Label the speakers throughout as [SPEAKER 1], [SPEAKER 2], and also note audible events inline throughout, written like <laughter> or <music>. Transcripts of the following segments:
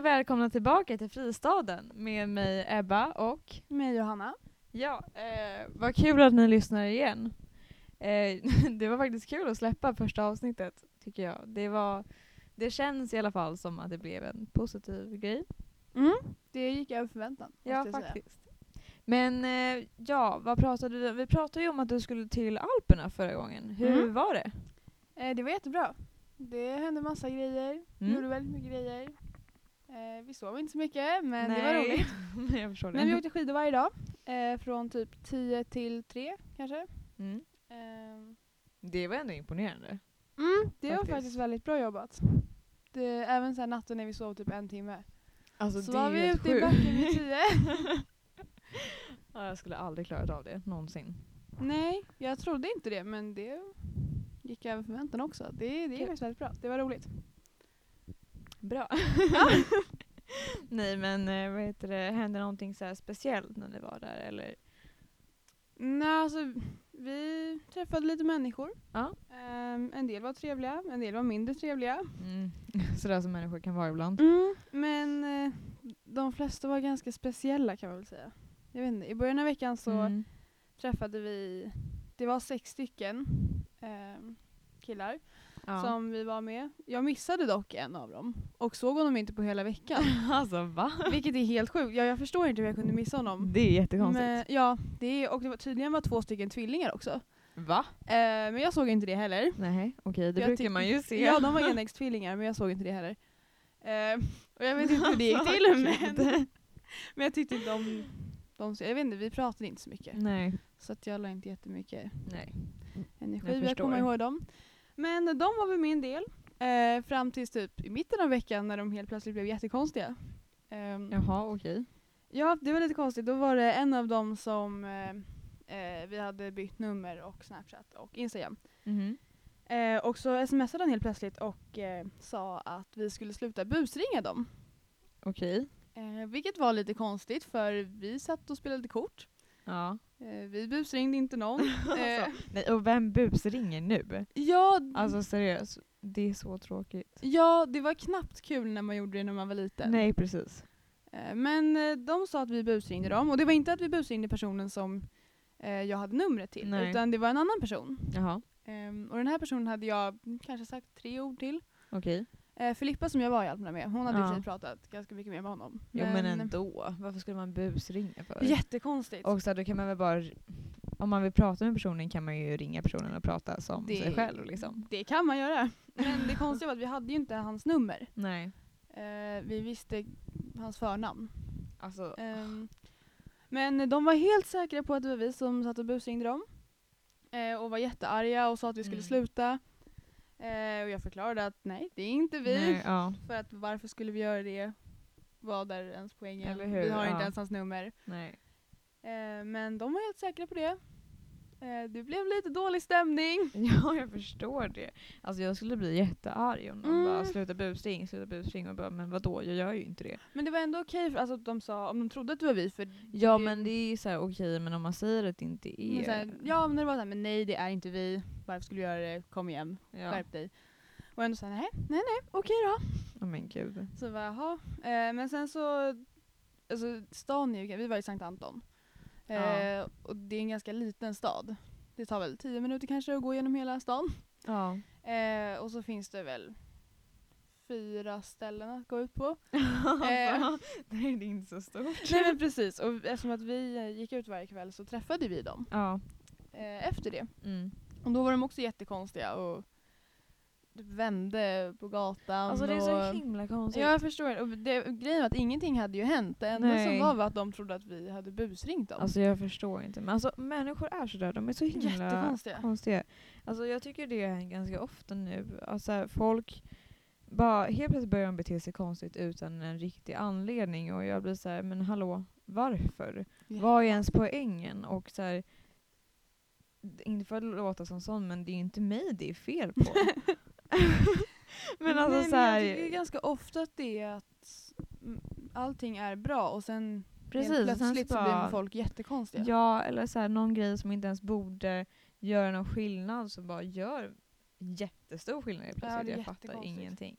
[SPEAKER 1] välkomna tillbaka till Fristaden med mig Ebba och
[SPEAKER 2] Med Johanna.
[SPEAKER 1] ja, eh, vad kul att ni lyssnar igen. Eh, <laughs> det var faktiskt kul att släppa första avsnittet tycker jag. Det, var, det känns i alla fall som att det blev en positiv grej.
[SPEAKER 2] Det gick över förväntan.
[SPEAKER 1] Ja,
[SPEAKER 2] måste jag säga.
[SPEAKER 1] faktiskt. Men eh, ja, vad pratade du Vi pratade ju om att du skulle till Alperna förra gången. Hur
[SPEAKER 2] Mm.
[SPEAKER 1] var det?
[SPEAKER 2] Eh, det var jättebra. Det hände massa grejer.
[SPEAKER 1] Mm.
[SPEAKER 2] Gjorde väldigt mycket grejer. Eh, vi sov inte så mycket men det var
[SPEAKER 1] Nej.
[SPEAKER 2] roligt.
[SPEAKER 1] <laughs> Nej, jag förstår det.
[SPEAKER 2] Men vi åkte skidor varje dag. Eh, från typ 10 till 3 kanske.
[SPEAKER 1] mm.
[SPEAKER 2] Ehm,
[SPEAKER 1] Det var ändå imponerande.
[SPEAKER 2] mm, det
[SPEAKER 1] Faktiskt.
[SPEAKER 2] var faktiskt väldigt bra jobbat. Det, även så här natten när vi sov typ en timme.
[SPEAKER 1] Alltså,
[SPEAKER 2] Så
[SPEAKER 1] det
[SPEAKER 2] var
[SPEAKER 1] är ju
[SPEAKER 2] vi
[SPEAKER 1] helt
[SPEAKER 2] ute i
[SPEAKER 1] sjukt.
[SPEAKER 2] <laughs>
[SPEAKER 1] <laughs>
[SPEAKER 2] backen vid 10.
[SPEAKER 1] Ja, jag skulle aldrig klarat av det, någonsin.
[SPEAKER 2] Nej, jag trodde inte det men det gick över förväntan också. Det, det gick
[SPEAKER 1] Kul.
[SPEAKER 2] faktiskt väldigt bra. Det var roligt.
[SPEAKER 1] Bra. <laughs> Nej men eh, vad heter det, hände någonting så här speciellt när ni var där eller?
[SPEAKER 2] Nej, alltså vi träffade lite människor.
[SPEAKER 1] Ja.
[SPEAKER 2] Ehm, en del var trevliga, en del var mindre trevliga.
[SPEAKER 1] Mm. <laughs> Sådär som människor kan vara ibland.
[SPEAKER 2] Men eh, de flesta var ganska speciella kan man väl säga. Jag vet inte, i början av veckan så
[SPEAKER 1] Mm.
[SPEAKER 2] träffade vi, det var sex stycken ehm, killar
[SPEAKER 1] Ja.
[SPEAKER 2] som vi var med. Jag missade dock en av dem och såg honom inte på hela
[SPEAKER 1] <laughs>
[SPEAKER 2] veckan.
[SPEAKER 1] <laughs> alltså va?
[SPEAKER 2] vilket är helt sjukt, ja, jag förstår inte hur jag kunde missa honom.
[SPEAKER 1] Det är jättekonstigt.
[SPEAKER 2] Men, ja, det är, och det var, tydligen var två stycken tvillingar också.
[SPEAKER 1] Va?
[SPEAKER 2] Eh, men jag såg inte det heller.
[SPEAKER 1] Nej, okej det
[SPEAKER 2] Jag
[SPEAKER 1] brukar
[SPEAKER 2] tyck-
[SPEAKER 1] man ju se.
[SPEAKER 2] Ja, de var enäggstvillingar men jag såg inte det heller. Eh, och jag vet inte
[SPEAKER 1] <laughs>
[SPEAKER 2] hur det gick till men, <laughs> men jag tyckte inte om de Jag vet inte, vi pratade inte så mycket.
[SPEAKER 1] Nej.
[SPEAKER 2] Så att jag la inte jättemycket
[SPEAKER 1] Nej. Jag
[SPEAKER 2] energi vid att
[SPEAKER 1] förstår.
[SPEAKER 2] komma ihåg dem. Men de var väl min del. Eh, fram tills typ i mitten av veckan när de helt plötsligt blev jättekonstiga. Ehm,
[SPEAKER 1] Jaha okej.
[SPEAKER 2] Ja, det var lite konstigt. Då var det en av dem som eh, eh, vi hade bytt nummer och Snapchat och Instagram.
[SPEAKER 1] Mhm.
[SPEAKER 2] Eh, och så smsade han helt plötsligt och eh, sa att vi skulle sluta busringa dem.
[SPEAKER 1] Okej.
[SPEAKER 2] Eh, vilket var lite konstigt för vi satt och spelade kort.
[SPEAKER 1] Ja.
[SPEAKER 2] Eh, vi busringde
[SPEAKER 1] <laughs>
[SPEAKER 2] inte någon. Eh,
[SPEAKER 1] Nej, och vem busringer nu?
[SPEAKER 2] ja,
[SPEAKER 1] Alltså seriöst, det är så tråkigt.
[SPEAKER 2] ja, det var knappt kul när man gjorde det när man var liten.
[SPEAKER 1] Nej precis.
[SPEAKER 2] Eh, men eh, de sa att vi busringde dem och det var inte att vi busringde personen som eh, jag hade numret till
[SPEAKER 1] Nej.
[SPEAKER 2] utan det var en annan person.
[SPEAKER 1] Jaha
[SPEAKER 2] Eh, och den här personen hade jag kanske sagt tre ord till.
[SPEAKER 1] okej.
[SPEAKER 2] Eh, Filippa som jag var i Alperna med, hon hade i och
[SPEAKER 1] Ja.
[SPEAKER 2] för sig pratat ganska mycket mer med honom.
[SPEAKER 1] Jo men ändå, varför skulle man busringa för?
[SPEAKER 2] Jättekonstigt.
[SPEAKER 1] Och så här, då kan man väl bara, om man vill prata med personen kan man ju ringa personen och prata som sig själv liksom.
[SPEAKER 2] Det kan man göra. Men det konstiga var att vi hade ju inte hans nummer.
[SPEAKER 1] Nej.
[SPEAKER 2] Eh, vi visste hans förnamn.
[SPEAKER 1] Alltså,
[SPEAKER 2] Ehm, men de var helt säkra på att det var vi som satt och busringde dem. Eh, och var jättearga och sa att vi skulle
[SPEAKER 1] Mm.
[SPEAKER 2] sluta. Eh, och jag förklarade att nej, det är inte vi.
[SPEAKER 1] nej, ja,
[SPEAKER 2] För att varför skulle vi göra det? Vad är ens poängen?
[SPEAKER 1] Eller hur?
[SPEAKER 2] Vi har inte
[SPEAKER 1] Ja.
[SPEAKER 2] ens hans nummer.
[SPEAKER 1] nej.
[SPEAKER 2] Eh, men de var helt säkra på det. Eh, det blev lite dålig stämning.
[SPEAKER 1] <laughs> Ja, jag förstår det. Alltså jag skulle bli jättearg om någon
[SPEAKER 2] Mm.
[SPEAKER 1] bara sluta busring, sluta busring och bara men vadå, jag gör ju inte det.
[SPEAKER 2] Men det var ändå okej för alltså, att de sa, om de trodde att det var vi för
[SPEAKER 1] Ja
[SPEAKER 2] det,
[SPEAKER 1] men det är ju såhär okej men om man säger att det inte är...
[SPEAKER 2] Men så här, ja men det var såhär, men nej det är inte vi, varför skulle du göra det, kom igen,
[SPEAKER 1] ja.
[SPEAKER 2] skärp dig. Och ändå såhär, nej, nej, nej, okej då.
[SPEAKER 1] Oh, men gud.
[SPEAKER 2] Så jag bara, jaha. Eh, men sen så, alltså stan är ju, vi var i Sankt Anton. Eh,
[SPEAKER 1] Ja.
[SPEAKER 2] Och det är en ganska liten stad. Det tar väl tio minuter kanske att gå genom hela stan.
[SPEAKER 1] Ja. <laughs>
[SPEAKER 2] Eh, och så finns det väl fyra ställen att gå
[SPEAKER 1] <laughs>
[SPEAKER 2] ut på.
[SPEAKER 1] alltså, nej <laughs> det är inte så stort.
[SPEAKER 2] Nej men precis, och eftersom att vi eh, gick ut varje kväll så träffade vi dem
[SPEAKER 1] Ja.
[SPEAKER 2] eh, efter det.
[SPEAKER 1] Mm.
[SPEAKER 2] Och då var de också jättekonstiga och typ vände på gatan.
[SPEAKER 1] Alltså det är så
[SPEAKER 2] och...
[SPEAKER 1] himla konstigt.
[SPEAKER 2] Ja jag förstår. Och det, grejen var att ingenting hade ju hänt. Det enda som
[SPEAKER 1] Nej.
[SPEAKER 2] var var att de trodde att vi hade busringt dem.
[SPEAKER 1] Alltså jag förstår inte. Men alltså människor är sådär, de är så himla
[SPEAKER 2] Jättekonstiga.
[SPEAKER 1] konstiga. Alltså jag tycker det är ganska ofta nu. Alltså här, folk bara helt plötsligt börjar de bete sig konstigt utan en riktig anledning och jag blir så här, men hallå, varför?
[SPEAKER 2] Ja.
[SPEAKER 1] Vad är ens poängen? Och så här, d- inte för att låta som sån, men det är ju inte mig det är fel
[SPEAKER 2] <laughs>
[SPEAKER 1] på. <laughs> men alltså
[SPEAKER 2] Nej,
[SPEAKER 1] så
[SPEAKER 2] men
[SPEAKER 1] här,
[SPEAKER 2] jag tycker ganska ofta att det är att mm, allting är bra och sen
[SPEAKER 1] precis,
[SPEAKER 2] helt
[SPEAKER 1] sen så
[SPEAKER 2] plötsligt så blir
[SPEAKER 1] bara-
[SPEAKER 2] folk jättekonstiga.
[SPEAKER 1] Ja, eller så här, någon grej som inte ens borde göra någon skillnad som bara gör jättestor skillnad helt
[SPEAKER 2] Ja,
[SPEAKER 1] plötsligt.
[SPEAKER 2] det är
[SPEAKER 1] jag fattar
[SPEAKER 2] jättekonstigt.
[SPEAKER 1] ingenting.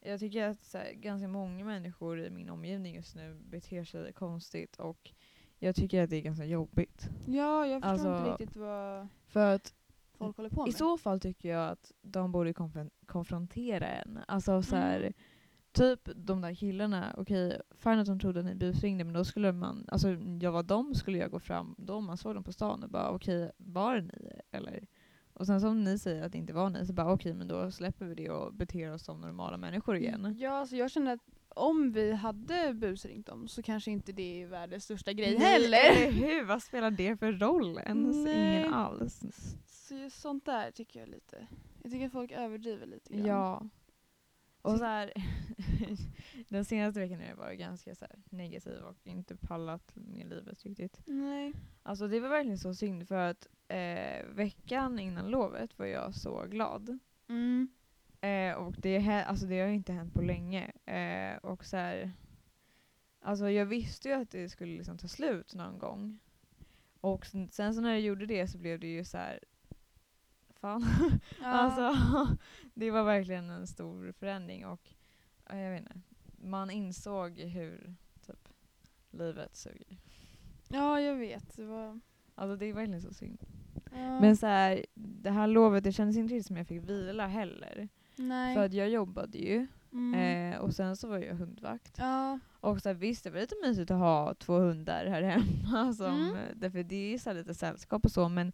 [SPEAKER 1] Jag tycker att så här, ganska många människor i min omgivning just nu beter sig konstigt och jag tycker att det är ganska jobbigt.
[SPEAKER 2] Ja, jag förstår
[SPEAKER 1] Alltså-
[SPEAKER 2] inte riktigt vad
[SPEAKER 1] För att
[SPEAKER 2] folk håller på
[SPEAKER 1] i
[SPEAKER 2] med.
[SPEAKER 1] så fall tycker jag att de borde konf- konfrontera en. Alltså
[SPEAKER 2] Mm.
[SPEAKER 1] så här, typ de där killarna, okej, fine att de trodde att ni busringde men då skulle man, alltså jag var dem skulle jag gå fram då om man såg dem på stan och bara okej, var det ni eller? Och sen som ni säger att det inte var ni så bara okej men då släpper vi det och beter oss som normala människor igen.
[SPEAKER 2] Ja, alltså jag känner att om vi hade busringt dem så kanske inte det är världens största grej
[SPEAKER 1] Nej,
[SPEAKER 2] heller. <laughs>
[SPEAKER 1] eller hur? Vad spelar det för roll? Ens
[SPEAKER 2] Nej.
[SPEAKER 1] ingen alls.
[SPEAKER 2] Så just sånt där tycker jag lite. Jag tycker att folk överdriver lite grann.
[SPEAKER 1] Ja. Och
[SPEAKER 2] Så-
[SPEAKER 1] så här, <laughs> den senaste veckan har jag varit ganska så här negativ och inte pallat med livet riktigt.
[SPEAKER 2] Nej.
[SPEAKER 1] Alltså det var verkligen så synd för att eh, veckan innan lovet var jag så glad.
[SPEAKER 2] Mm.
[SPEAKER 1] Eh, och det, hä- alltså det har ju inte hänt på länge. Eh, och så här, alltså jag visste ju att det skulle liksom ta slut någon gång. Och sen, sen så när jag gjorde det så blev det ju så här. Fan.
[SPEAKER 2] Ja.
[SPEAKER 1] Alltså, <laughs> det var verkligen en stor förändring och ja, jag vet inte. Man insåg hur typ, livet suger.
[SPEAKER 2] ja, jag vet. Det var...
[SPEAKER 1] Alltså det är verkligen så synd.
[SPEAKER 2] Ja.
[SPEAKER 1] Men så här, det här lovet, det kändes inte riktigt som jag fick vila heller.
[SPEAKER 2] Nej.
[SPEAKER 1] För att jag jobbade ju
[SPEAKER 2] Mm.
[SPEAKER 1] eh, och sen så var jag hundvakt.
[SPEAKER 2] Ja.
[SPEAKER 1] Och så här, visst, det var lite mysigt att ha två hundar här hemma. <laughs> Som,
[SPEAKER 2] Mm.
[SPEAKER 1] eh, Därför det är ju så här lite sällskap och så men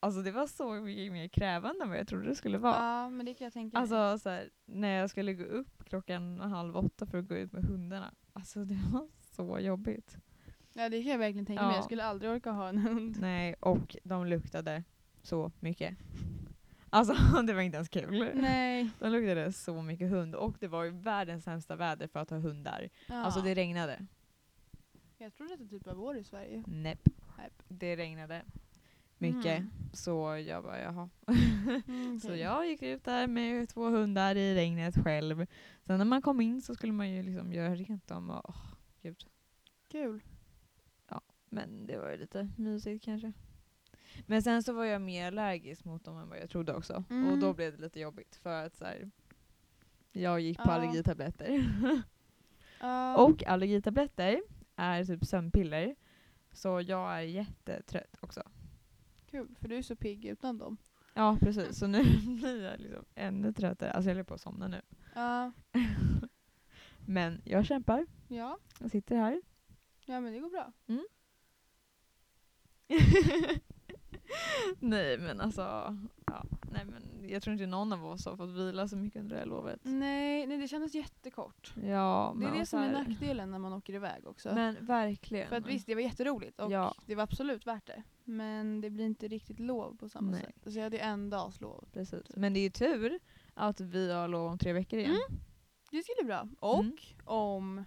[SPEAKER 1] alltså, det var så mycket mer krävande än vad jag trodde det skulle vara.
[SPEAKER 2] ja, men det kan jag tänka mig.
[SPEAKER 1] Alltså så här, när jag skulle gå upp klockan halv åtta för att gå ut med hundarna. Alltså det <laughs> var så jobbigt.
[SPEAKER 2] Ja, det kan jag verkligen tänka mig.
[SPEAKER 1] Ja.
[SPEAKER 2] Jag skulle aldrig orka ha en hund.
[SPEAKER 1] Nej, och de luktade så mycket. <laughs> Alltså <laughs> det var inte ens kul.
[SPEAKER 2] Nej.
[SPEAKER 1] De luktade så mycket hund och det var ju världens sämsta väder för att ha hundar.
[SPEAKER 2] Ja.
[SPEAKER 1] Alltså det regnade.
[SPEAKER 2] Jag trodde att det typ var vår i Sverige.
[SPEAKER 1] Nej.
[SPEAKER 2] Nej.
[SPEAKER 1] Det regnade mycket.
[SPEAKER 2] Mm.
[SPEAKER 1] Så jag bara jaha. <laughs>
[SPEAKER 2] Mm,
[SPEAKER 1] Så
[SPEAKER 2] okej.
[SPEAKER 1] jag gick ut där med två hundar i regnet själv. Sen när man kom in så skulle man ju liksom göra rent dem och åh, gud.
[SPEAKER 2] Kul.
[SPEAKER 1] Men det var ju lite mysigt kanske. Men sen så var jag mer allergisk mot dem än vad jag trodde också.
[SPEAKER 2] Mm.
[SPEAKER 1] Och då blev det lite jobbigt för att så här, jag gick på
[SPEAKER 2] Ja.
[SPEAKER 1] allergitabletter.
[SPEAKER 2] Ja.
[SPEAKER 1] och allergitabletter är typ sömnpiller. Så jag är jättetrött också.
[SPEAKER 2] Kul, för du är så pigg utan dem.
[SPEAKER 1] Ja precis, så nu <laughs> blir jag liksom ännu tröttare. Alltså jag håller på att somna nu.
[SPEAKER 2] Ja.
[SPEAKER 1] Men jag kämpar.
[SPEAKER 2] Ja.
[SPEAKER 1] Jag sitter <laughs> här.
[SPEAKER 2] ja, men det går bra.
[SPEAKER 1] Nej men alltså, ja. Nej, men jag tror inte någon av oss har fått vila så mycket under det här lovet.
[SPEAKER 2] Nej, nej det kändes jättekort.
[SPEAKER 1] Ja,
[SPEAKER 2] det
[SPEAKER 1] men
[SPEAKER 2] är det
[SPEAKER 1] och
[SPEAKER 2] som är
[SPEAKER 1] så här-
[SPEAKER 2] nackdelen när man åker iväg också.
[SPEAKER 1] Men verkligen.
[SPEAKER 2] För att visst, det var jätteroligt och
[SPEAKER 1] Ja.
[SPEAKER 2] det var absolut värt det. Men det blir inte riktigt lov på samma
[SPEAKER 1] Nej.
[SPEAKER 2] sätt. Så jag hade ju en dags lov.
[SPEAKER 1] Precis. Men det är ju tur att vi har lov om tre veckor igen.
[SPEAKER 2] Det skulle bli bra. Och
[SPEAKER 1] Mm.
[SPEAKER 2] om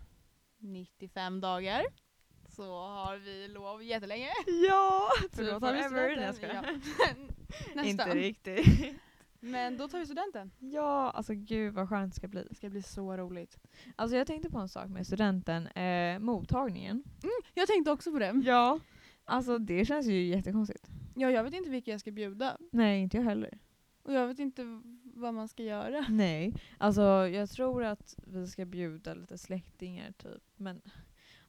[SPEAKER 2] 95 dagar så har vi
[SPEAKER 1] <laughs>
[SPEAKER 2] lov jättelänge.
[SPEAKER 1] Ja!
[SPEAKER 2] För då
[SPEAKER 1] Typ
[SPEAKER 2] tar vi
[SPEAKER 1] forever. Nej, jag
[SPEAKER 2] studenten.
[SPEAKER 1] <laughs> skojar.
[SPEAKER 2] Ja. Nästa.
[SPEAKER 1] Inte riktigt.
[SPEAKER 2] Men då tar vi studenten.
[SPEAKER 1] <laughs> Ja, alltså gud vad skönt det ska bli.
[SPEAKER 2] Det ska bli så roligt.
[SPEAKER 1] Alltså jag tänkte på en sak med studenten, eh, mottagningen.
[SPEAKER 2] Jag tänkte också på det.
[SPEAKER 1] Ja. Alltså det känns ju jättekonstigt.
[SPEAKER 2] Ja, jag vet inte vilka jag ska bjuda.
[SPEAKER 1] Nej, inte jag heller.
[SPEAKER 2] Och jag vet inte v- vad man ska göra.
[SPEAKER 1] Nej, alltså jag tror att vi ska bjuda lite släktingar typ. Men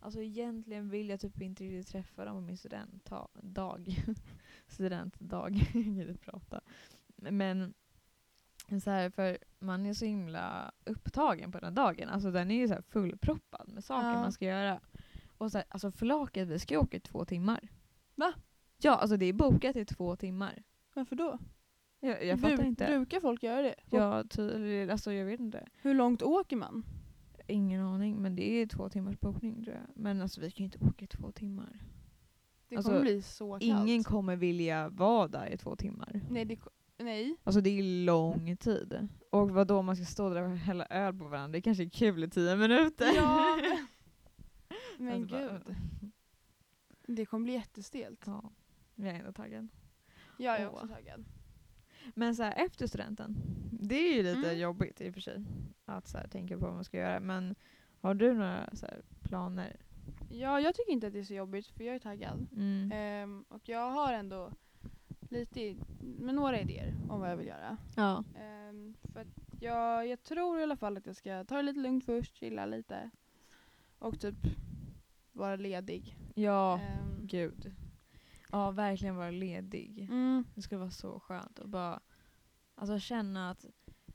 [SPEAKER 1] alltså egentligen vill jag typ inte riktigt träffa dem på min studentdag. <laughs> studentdag, <laughs> jag kan inte prata. Men så här, för man är så himla upptagen på den här dagen. Alltså den är ju så här fullproppad med saker
[SPEAKER 2] Ja.
[SPEAKER 1] man ska göra. Och så här, alltså förlaket, vi ska ju åka i två timmar.
[SPEAKER 2] Va?
[SPEAKER 1] Ja, alltså det är bokat i två timmar.
[SPEAKER 2] Varför då?
[SPEAKER 1] Jag, jag
[SPEAKER 2] Bru-
[SPEAKER 1] fattar inte.
[SPEAKER 2] Brukar folk göra det? Och
[SPEAKER 1] Jag, ty- alltså jag vet inte.
[SPEAKER 2] Hur långt åker man?
[SPEAKER 1] Ingen aning, men det är två timmars bokning tror jag. Men alltså vi kan ju inte åka i två timmar.
[SPEAKER 2] Det
[SPEAKER 1] Alltså,
[SPEAKER 2] kommer bli så kallt.
[SPEAKER 1] Ingen kommer vilja vara där i två timmar.
[SPEAKER 2] Nej, det, ko-
[SPEAKER 1] <laughs>
[SPEAKER 2] nej.
[SPEAKER 1] Alltså det är lång tid. Och vad då man ska stå där och hälla öl på varandra, det kanske är kul i tio minuter. <laughs>
[SPEAKER 2] Ja, men- men
[SPEAKER 1] Alltså, bara,
[SPEAKER 2] gud. Det kommer bli jättestelt.
[SPEAKER 1] Ja, men jag är ändå taggad.
[SPEAKER 2] Jag är
[SPEAKER 1] Åh.
[SPEAKER 2] också taggad.
[SPEAKER 1] Men så här, efter studenten, det är ju lite
[SPEAKER 2] Mm.
[SPEAKER 1] jobbigt i och för sig att så här, tänka på vad man ska göra. Men har du några så här, planer?
[SPEAKER 2] Ja, jag tycker inte att det är så jobbigt för jag är taggad.
[SPEAKER 1] Mm.
[SPEAKER 2] Ehm, och jag har ändå lite, i- men några idéer om vad jag vill göra.
[SPEAKER 1] Ja.
[SPEAKER 2] Ehm, för att Ja, jag tror i alla fall att jag ska ta det lite lugnt först, chilla lite. Och typ vara ledig.
[SPEAKER 1] Ja,
[SPEAKER 2] Ehm,
[SPEAKER 1] gud. Ja, verkligen vara ledig.
[SPEAKER 2] mm,
[SPEAKER 1] Det skulle vara så skönt att bara alltså, känna att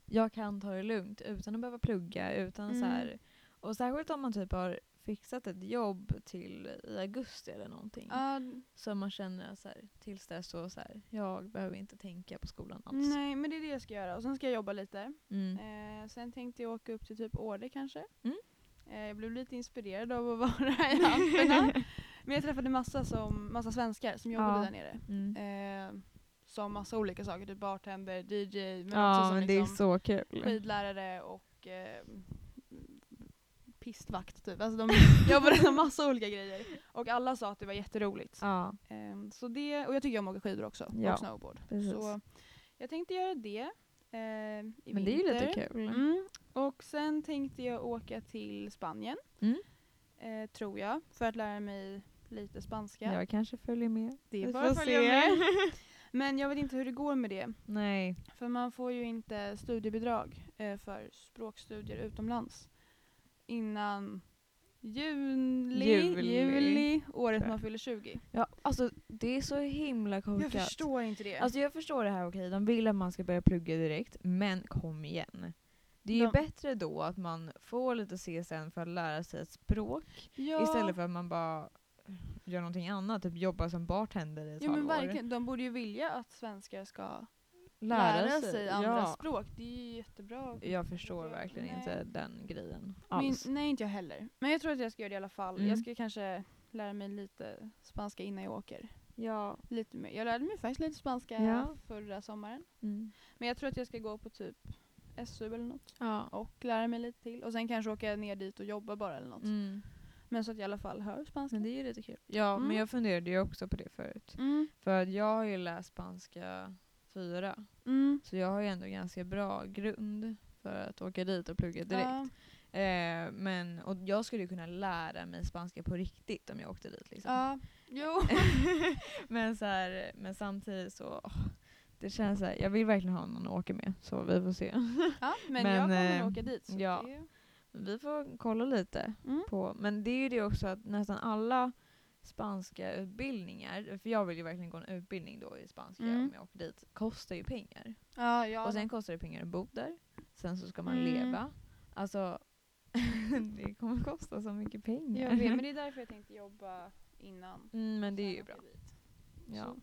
[SPEAKER 1] jag kan ta det lugnt utan att behöva plugga. Utan så
[SPEAKER 2] Mm.
[SPEAKER 1] här, och särskilt om man typ har fixat ett jobb till i augusti eller någonting.
[SPEAKER 2] ja,
[SPEAKER 1] Så man känner att så här, tills dess så, så här, jag behöver inte tänka på skolan alls.
[SPEAKER 2] nej men det är det jag ska göra. Och sen ska jag jobba lite.
[SPEAKER 1] Mm.
[SPEAKER 2] Eh, sen tänkte jag åka upp till typ Åre kanske.
[SPEAKER 1] Mm.
[SPEAKER 2] Eh, jag blev lite inspirerad av att <laughs> vara i
[SPEAKER 1] <laughs>
[SPEAKER 2] Alperna. men jag träffade massa, som, massa svenskar som jobbade
[SPEAKER 1] Ja.
[SPEAKER 2] där nere.
[SPEAKER 1] Mm.
[SPEAKER 2] Eh, som massa olika saker, typ bartender, DJ, men också
[SPEAKER 1] Ja
[SPEAKER 2] som
[SPEAKER 1] men det är
[SPEAKER 2] liksom
[SPEAKER 1] så kul.
[SPEAKER 2] skidlärare och eh, pistvakt typ.
[SPEAKER 1] <laughs>
[SPEAKER 2] Alltså de jobbade med massa olika grejer. Och alla sa att det var jätteroligt.
[SPEAKER 1] Ja,
[SPEAKER 2] Ehm, så det, och jag tycker om att åka skidor också,
[SPEAKER 1] Ja,
[SPEAKER 2] och snowboard.
[SPEAKER 1] precis.
[SPEAKER 2] Så jag tänkte göra det eh, i
[SPEAKER 1] men det är ju
[SPEAKER 2] vinter.
[SPEAKER 1] lite kul.
[SPEAKER 2] Mm. Och sen tänkte jag åka till Spanien,
[SPEAKER 1] Mm.
[SPEAKER 2] eh, tror jag, för att lära mig lite spanska.
[SPEAKER 1] Jag kanske följer med.
[SPEAKER 2] det
[SPEAKER 1] vi
[SPEAKER 2] får
[SPEAKER 1] får
[SPEAKER 2] jag följa
[SPEAKER 1] se. <laughs>
[SPEAKER 2] med. Men jag vet inte hur det går med det,
[SPEAKER 1] Nej.
[SPEAKER 2] för man får ju inte studiebidrag eh, för språkstudier utomlands innan juli,
[SPEAKER 1] Juli.
[SPEAKER 2] juli. året
[SPEAKER 1] Tror
[SPEAKER 2] man fyller 20.
[SPEAKER 1] Ja, alltså det är så himla
[SPEAKER 2] Jag
[SPEAKER 1] korkat.
[SPEAKER 2] förstår inte det.
[SPEAKER 1] Oh Alltså jag förstår det här, okej, de vill att man ska börja plugga direkt, men kom igen. Det är ju
[SPEAKER 2] De-
[SPEAKER 1] bättre då att man får lite CSN för att lära sig ett språk
[SPEAKER 2] Ja.
[SPEAKER 1] istället för att man bara gör någonting annat, typ jobba som bartender i ett
[SPEAKER 2] Ja men
[SPEAKER 1] halvår.
[SPEAKER 2] verkligen, de borde ju vilja att svenskar ska
[SPEAKER 1] Lära,
[SPEAKER 2] lära, sig andra
[SPEAKER 1] ja.
[SPEAKER 2] språk. Det är ju jättebra.
[SPEAKER 1] Jag förstår verkligen
[SPEAKER 2] Nej.
[SPEAKER 1] inte den grejen
[SPEAKER 2] Min,
[SPEAKER 1] alls.
[SPEAKER 2] nej inte jag heller. Men jag tror att jag ska göra det i alla fall.
[SPEAKER 1] Mm.
[SPEAKER 2] Jag ska kanske lära mig lite spanska innan jag åker.
[SPEAKER 1] Ja.
[SPEAKER 2] Lite mer. Jag lärde mig faktiskt lite spanska
[SPEAKER 1] Ja.
[SPEAKER 2] förra sommaren.
[SPEAKER 1] Mm.
[SPEAKER 2] Men jag tror att jag ska gå på typ SU eller något.
[SPEAKER 1] ja.
[SPEAKER 2] Och lära mig lite till. Och sen kanske åka ner dit och jobba bara eller något.
[SPEAKER 1] Mm.
[SPEAKER 2] Men så att jag i alla fall hör spanska.
[SPEAKER 1] Men det är ju lite kul. Ja, men
[SPEAKER 2] Mm.
[SPEAKER 1] jag funderade ju också på det förut.
[SPEAKER 2] Mm.
[SPEAKER 1] För att jag har ju läst spanska 4.
[SPEAKER 2] Mm.
[SPEAKER 1] Så jag har ju ändå ganska bra grund för att åka dit och plugga direkt.
[SPEAKER 2] Ja.
[SPEAKER 1] Eh, men, och jag skulle ju kunna lära mig spanska på riktigt om jag åkte dit. Liksom.
[SPEAKER 2] Ja. Jo.
[SPEAKER 1] <laughs>
[SPEAKER 2] <laughs>
[SPEAKER 1] Men, så här, men samtidigt så, åh, det känns så här, jag vill verkligen ha någon att åka med så vi får se.
[SPEAKER 2] ja, men,
[SPEAKER 1] Men,
[SPEAKER 2] jag kommer
[SPEAKER 1] eh,
[SPEAKER 2] nog åka dit. Så
[SPEAKER 1] ja.
[SPEAKER 2] det...
[SPEAKER 1] Vi får kolla lite
[SPEAKER 2] Mm.
[SPEAKER 1] på, men det är ju det också att nästan alla spanska utbildningar, för jag vill ju verkligen gå en utbildning då i spanska
[SPEAKER 2] Mm.
[SPEAKER 1] om jag åker dit, kostar ju pengar.
[SPEAKER 2] Ja, ja.
[SPEAKER 1] Och sen kostar det pengar att bo där. Sen så ska man
[SPEAKER 2] Mm.
[SPEAKER 1] leva. Alltså, <laughs> det kommer kosta så mycket pengar.
[SPEAKER 2] Jag vet, men det är därför jag tänkte jobba innan.
[SPEAKER 1] mm, men det är
[SPEAKER 2] sen
[SPEAKER 1] ju
[SPEAKER 2] åka
[SPEAKER 1] bra.
[SPEAKER 2] dit.
[SPEAKER 1] Ja.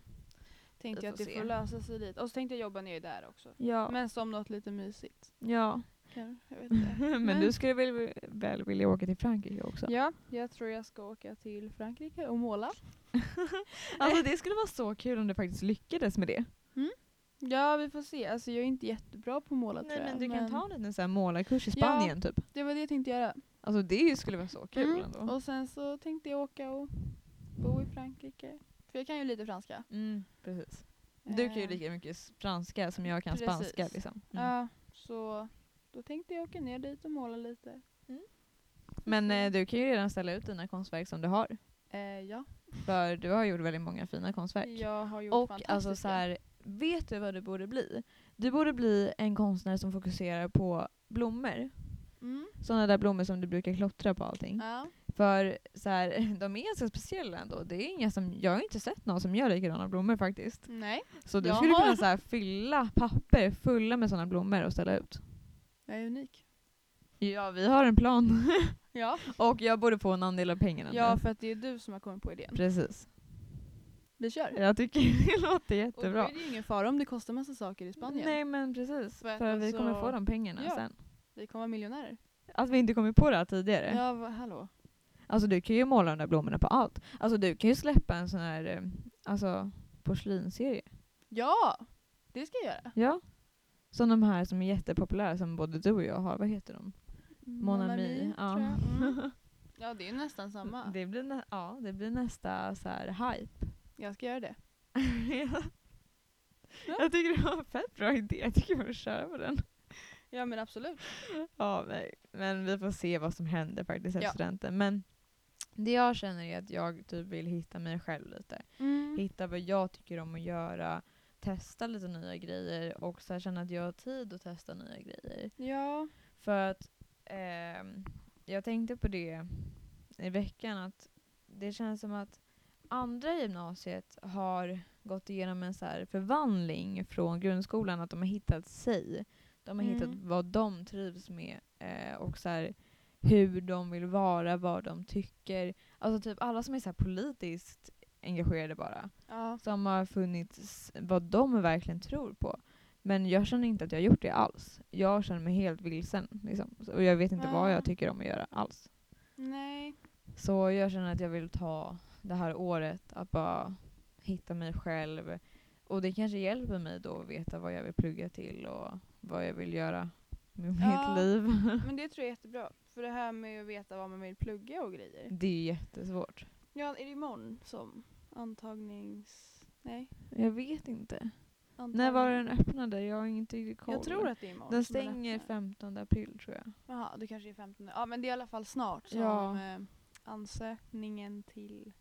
[SPEAKER 2] Så tänkte
[SPEAKER 1] Vi
[SPEAKER 2] jag att
[SPEAKER 1] får
[SPEAKER 2] det
[SPEAKER 1] se.
[SPEAKER 2] får lösa sig dit. Och så tänkte jag jobba ner där också.
[SPEAKER 1] Ja.
[SPEAKER 2] Men som något lite mysigt.
[SPEAKER 1] ja.
[SPEAKER 2] Kan- Jag <laughs> vet inte.
[SPEAKER 1] Men,
[SPEAKER 2] Men-
[SPEAKER 1] du skulle väl, väl vilja åka till Frankrike också?
[SPEAKER 2] Ja, jag tror jag ska åka till Frankrike och måla.
[SPEAKER 1] <laughs> Alltså det skulle vara så kul om du faktiskt lyckades med det.
[SPEAKER 2] Ja, vi får se. Alltså jag är inte jättebra på att måla
[SPEAKER 1] Nej
[SPEAKER 2] tror jag.
[SPEAKER 1] men du kan ta en liten så här målarkurs i Spanien typ.
[SPEAKER 2] Det var det jag tänkte göra.
[SPEAKER 1] Alltså det ju skulle vara så kul
[SPEAKER 2] Mm.
[SPEAKER 1] ändå.
[SPEAKER 2] Och sen så tänkte jag åka och bo i Frankrike. För jag kan ju lite franska.
[SPEAKER 1] Mm, precis. Du kan ju
[SPEAKER 2] Eh,
[SPEAKER 1] lika mycket s- franska som jag kan
[SPEAKER 2] Precis.
[SPEAKER 1] spanska liksom. Mm.
[SPEAKER 2] Ja, så då tänkte jag åka ner dit och måla lite.
[SPEAKER 1] Men eh, du kan ju redan ställa ut dina konstverk som du har.
[SPEAKER 2] Eh, ja,
[SPEAKER 1] För du har gjort väldigt många fina konstverk.
[SPEAKER 2] jag har gjort
[SPEAKER 1] Och
[SPEAKER 2] fantastiska.
[SPEAKER 1] alltså så här, vet du vad du borde bli? Du borde bli en konstnär som fokuserar på blommor.
[SPEAKER 2] Mm.
[SPEAKER 1] Sådana där blommor som du brukar klottra på allting.
[SPEAKER 2] Ja.
[SPEAKER 1] För så här, <laughs> de är ganska speciella ändå. Det är inga som, jag har inte sett någon som gör likadana blommor faktiskt.
[SPEAKER 2] Nej,
[SPEAKER 1] Så du
[SPEAKER 2] Jag
[SPEAKER 1] skulle
[SPEAKER 2] har.
[SPEAKER 1] kunna så här, fylla papper fulla med sådana blommor och ställa ut.
[SPEAKER 2] jag är unik.
[SPEAKER 1] Ja, vi har en plan.
[SPEAKER 2] Ja,
[SPEAKER 1] <laughs> Och jag borde få en andel av pengarna
[SPEAKER 2] ja
[SPEAKER 1] nu.
[SPEAKER 2] för att det är du som har kommit på idén.
[SPEAKER 1] Precis.
[SPEAKER 2] Vi kör.
[SPEAKER 1] Jag tycker <laughs> det låter
[SPEAKER 2] Och då
[SPEAKER 1] jättebra.
[SPEAKER 2] är det ju ingen fara om det kostar massa saker i Spanien.
[SPEAKER 1] Nej men precis.
[SPEAKER 2] För att
[SPEAKER 1] För vi
[SPEAKER 2] alltså-
[SPEAKER 1] kommer få de pengarna
[SPEAKER 2] Ja.
[SPEAKER 1] sen.
[SPEAKER 2] Vi kommer vara miljonärer.
[SPEAKER 1] Att vi inte kommit på det här tidigare.
[SPEAKER 2] Ja, va, hallå.
[SPEAKER 1] Alltså du kan ju måla de där blommorna på allt. Alltså du kan ju släppa en sån här eh, alltså, porslinsserie.
[SPEAKER 2] Ja, det ska jag göra.
[SPEAKER 1] Ja. Som de här som är jättepopulära som både du och jag har. Vad heter de? Mon
[SPEAKER 2] Mamma
[SPEAKER 1] Ami,
[SPEAKER 2] Mia,
[SPEAKER 1] ja.
[SPEAKER 2] tror jag.
[SPEAKER 1] <laughs>
[SPEAKER 2] Mm. ja, det är ju nästan samma.
[SPEAKER 1] Det blir, nä- ja, det blir nästa så här hype.
[SPEAKER 2] Jag ska göra det.
[SPEAKER 1] <laughs> Ja. Jag tycker det var en fett bra idé. Jag tycker vi får köra på den.
[SPEAKER 2] Ja, men absolut.
[SPEAKER 1] Ja, men, men vi får se vad som händer faktiskt efter
[SPEAKER 2] Ja.
[SPEAKER 1] studenten. Men det jag känner är att jag typ vill hitta mig själv lite.
[SPEAKER 2] Mm.
[SPEAKER 1] Hitta vad jag tycker om att göra. testa lite nya grejer och så här känna att jag har tid att testa nya grejer.
[SPEAKER 2] Ja.
[SPEAKER 1] För att ehm, jag tänkte på det i veckan att det känns som att andra gymnasiet har gått igenom en så här förvandling från grundskolan, att de har hittat sig. De har
[SPEAKER 2] Mm.
[SPEAKER 1] hittat vad de trivs med eh, och så här, hur de vill vara, vad de tycker. Alltså typ alla som är så här politiskt engagerade bara
[SPEAKER 2] ja.
[SPEAKER 1] som har funnits, vad de verkligen tror på. Men jag känner inte att jag har gjort det alls. Jag känner mig helt vilsen. Liksom. Så- Och jag vet inte vad
[SPEAKER 2] Ah.
[SPEAKER 1] jag tycker om att göra alls. <laughs>
[SPEAKER 2] Nej.
[SPEAKER 1] Så jag känner att jag vill ta det här året att bara hitta mig själv. Och det kanske hjälper mig då att veta vad jag vill plugga till och vad jag vill göra med
[SPEAKER 2] Ja.
[SPEAKER 1] mitt liv. <laughs>
[SPEAKER 2] Men det tror jag är jättebra. För det här med att veta vad man vill plugga och grejer.
[SPEAKER 1] Det är jättesvårt.
[SPEAKER 2] Ja, är det imorgon som antagnings... Nej.
[SPEAKER 1] Jag vet inte.
[SPEAKER 2] Antagning.
[SPEAKER 1] När var den öppnade? Jag har inte riktigt koll.
[SPEAKER 2] Jag tror att det är imorgon.
[SPEAKER 1] den
[SPEAKER 2] som den
[SPEAKER 1] stänger
[SPEAKER 2] öppnar.
[SPEAKER 1] 15 april tror jag.
[SPEAKER 2] Jaha, det kanske är 15. Ja, men det är i alla fall snart som
[SPEAKER 1] Ja.
[SPEAKER 2] eh, ansökningen till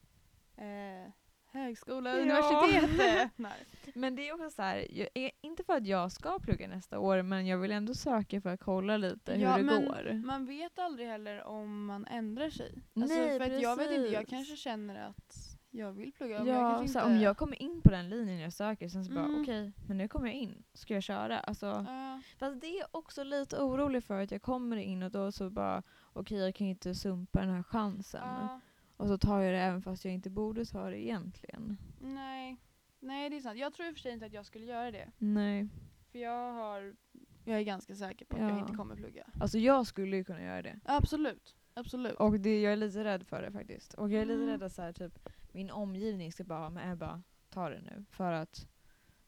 [SPEAKER 2] eh, högskola och
[SPEAKER 1] Ja. <laughs>
[SPEAKER 2] universitet öppnar.
[SPEAKER 1] Men det är också så här, jag är, inte för att jag ska plugga nästa år men jag vill ändå söka för att kolla lite
[SPEAKER 2] Ja,
[SPEAKER 1] hur det
[SPEAKER 2] men-
[SPEAKER 1] går.
[SPEAKER 2] Man vet aldrig heller om man ändrar sig. Alltså,
[SPEAKER 1] Nej,
[SPEAKER 2] för att jag vet inte, jag
[SPEAKER 1] precis.
[SPEAKER 2] kanske känner att jag vill plugga.
[SPEAKER 1] Ja,
[SPEAKER 2] men jag kanske
[SPEAKER 1] så
[SPEAKER 2] inte...
[SPEAKER 1] här, om jag kommer in på den linjen jag söker sen så bara
[SPEAKER 2] Mm.
[SPEAKER 1] okej, men nu kommer jag in, ska jag köra? Alltså,
[SPEAKER 2] Ja.
[SPEAKER 1] fast det är jag också lite orolig för att jag kommer in och då så bara okej jag kan ju inte sumpa den här chansen.
[SPEAKER 2] Ja.
[SPEAKER 1] Och så tar jag det även fast jag inte borde ta det egentligen.
[SPEAKER 2] nej. nej, det är sant. Jag tror i och för sig inte att jag skulle göra det.
[SPEAKER 1] Nej.
[SPEAKER 2] För jag har... Jag är ganska säker på att jag
[SPEAKER 1] Ja.
[SPEAKER 2] inte kommer plugga.
[SPEAKER 1] Alltså jag skulle ju kunna göra det.
[SPEAKER 2] Absolut. Absolut.
[SPEAKER 1] Och det, jag är lite rädd för det faktiskt. Och jag är lite
[SPEAKER 2] Mm.
[SPEAKER 1] rädd att så här, typ, min omgivning ska bara, men Ebba, ta det nu. För att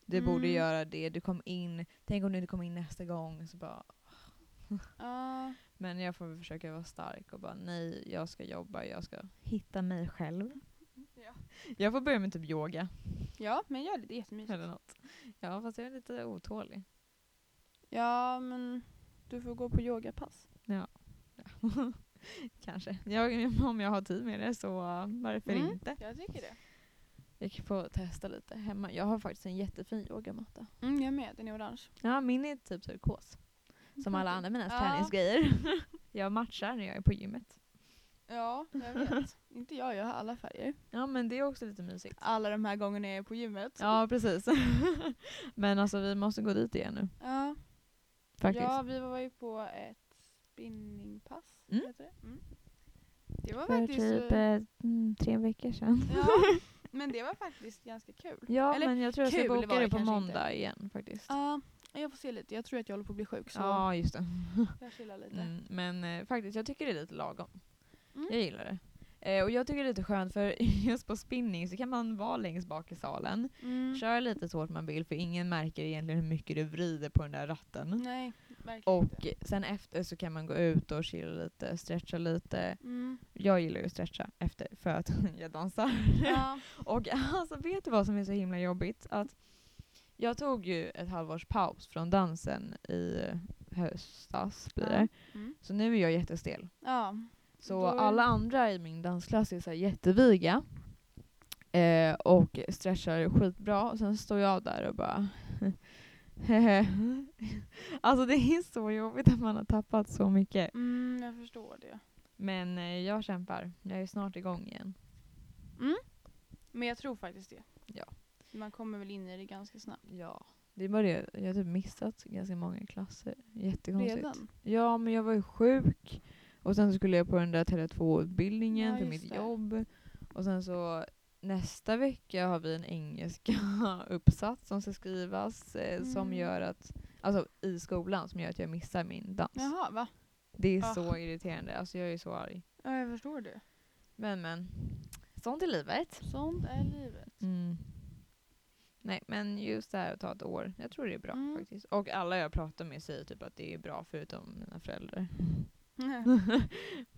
[SPEAKER 1] du borde
[SPEAKER 2] Mm.
[SPEAKER 1] göra det, du kom in, tänk om du inte kom in nästa gång. Så bara,
[SPEAKER 2] Ja.
[SPEAKER 1] men jag får väl försöka vara stark och bara, nej, jag ska jobba, jag ska hitta mig själv.
[SPEAKER 2] Ja.
[SPEAKER 1] Jag får börja med typ yoga
[SPEAKER 2] ja, men gör det. Det är jättemysigt.
[SPEAKER 1] eller något. Ja, fast jag är lite
[SPEAKER 2] <laughs>
[SPEAKER 1] otålig.
[SPEAKER 2] Ja, men du får gå på yogapass.
[SPEAKER 1] Kanske. Jag, om jag har tid med det så uh, varför
[SPEAKER 2] Mm.
[SPEAKER 1] inte?
[SPEAKER 2] Jag tycker det.
[SPEAKER 1] Jag kan få testa lite hemma. Jag har faktiskt en jättefin yogamatta.
[SPEAKER 2] Mm, jag med, den är orange.
[SPEAKER 1] Ja, min är typ turkos. Som alla andra mina
[SPEAKER 2] Ja.
[SPEAKER 1] träningsgrejer. <laughs> Jag matchar när jag är på gymmet.
[SPEAKER 2] Ja,
[SPEAKER 1] <laughs>
[SPEAKER 2] jag vet. inte jag, jag har alla färger.
[SPEAKER 1] Ja men det är också lite mysigt.
[SPEAKER 2] Alla de här gångerna jag är på gymmet.
[SPEAKER 1] <laughs> Ja precis. men alltså vi måste gå dit igen nu
[SPEAKER 2] ja.
[SPEAKER 1] faktiskt.
[SPEAKER 2] Ja, vi var ju på ett spinningpass.
[SPEAKER 1] Mm.
[SPEAKER 2] Heter det? Mm. det var
[SPEAKER 1] För
[SPEAKER 2] faktiskt...
[SPEAKER 1] typ
[SPEAKER 2] eh,
[SPEAKER 1] eh, mm, tre veckor sedan.
[SPEAKER 2] Ja,
[SPEAKER 1] <laughs>
[SPEAKER 2] men det var faktiskt ganska kul.
[SPEAKER 1] Ja
[SPEAKER 2] Eller,
[SPEAKER 1] men jag tror jag ska
[SPEAKER 2] kul var
[SPEAKER 1] boka
[SPEAKER 2] det
[SPEAKER 1] det på
[SPEAKER 2] kanske
[SPEAKER 1] måndag igen faktiskt.
[SPEAKER 2] Ja, jag får se lite. Jag tror att jag håller på att bli sjuk så
[SPEAKER 1] Ja just <laughs> det.
[SPEAKER 2] jag chillar lite.
[SPEAKER 1] Mm, men eh, faktiskt jag tycker det är lite lagom.
[SPEAKER 2] Mm.
[SPEAKER 1] Jag gillar det. Eh, och jag tycker det är lite skönt för <laughs> just på spinning så kan man vara längst bak i salen.
[SPEAKER 2] Mm.
[SPEAKER 1] Köra lite så hårt man vill för ingen märker egentligen hur mycket du vrider på den där ratten.
[SPEAKER 2] Nej, verkligen
[SPEAKER 1] Och
[SPEAKER 2] inte.
[SPEAKER 1] sen efter så kan man gå ut och chilla lite, stretcha lite. <laughs>
[SPEAKER 2] Mm.
[SPEAKER 1] Jag gillar ju att stretcha efter för att <laughs> jag dansar.
[SPEAKER 2] Ja.
[SPEAKER 1] Och alltså vet du vad som är så himla jobbigt? Att jag tog ju ett halvårs paus från dansen i höstas blir det.
[SPEAKER 2] Mm.
[SPEAKER 1] Så nu är jag jättestel.
[SPEAKER 2] Ja.
[SPEAKER 1] Så
[SPEAKER 2] Då är-
[SPEAKER 1] alla andra i min dansklass är så här jätteviga. Eh, och stretchar skitbra. Och sen står jag där och bara... <laughs> alltså det är så jobbigt att man har tappat så mycket.
[SPEAKER 2] Mm, jag förstår det.
[SPEAKER 1] Men eh, jag kämpar. Jag är snart igång igen.
[SPEAKER 2] Men jag tror faktiskt det.
[SPEAKER 1] Ja.
[SPEAKER 2] Man kommer väl in i det ganska snabbt.
[SPEAKER 1] Ja. Det är bara det, jag har typ missat ganska många klasser. Jättekonstigt.
[SPEAKER 2] Redan?
[SPEAKER 1] Ja, men jag var ju sjuk. Och sen så skulle jag på den där Tele2-utbildningen
[SPEAKER 2] Ja,
[SPEAKER 1] till
[SPEAKER 2] just
[SPEAKER 1] mitt
[SPEAKER 2] det.
[SPEAKER 1] jobb. Och sen så nästa vecka har vi en engelska <laughs> uppsats som ska skrivas eh, som
[SPEAKER 2] Mm.
[SPEAKER 1] gör att, alltså i skolan som gör att jag missar min dans.
[SPEAKER 2] Jaha, va?
[SPEAKER 1] Det är
[SPEAKER 2] Ah.
[SPEAKER 1] så irriterande, alltså jag är så arg.
[SPEAKER 2] Ja, jag förstår det.
[SPEAKER 1] Men men, sånt är livet.
[SPEAKER 2] Sånt är livet.
[SPEAKER 1] Mm. Nej men just det här att ta ett år, jag tror det är bra
[SPEAKER 2] Mm.
[SPEAKER 1] faktiskt. Och alla jag pratar med säger typ att det är bra förutom mina föräldrar. <laughs> Mm.
[SPEAKER 2] <laughs>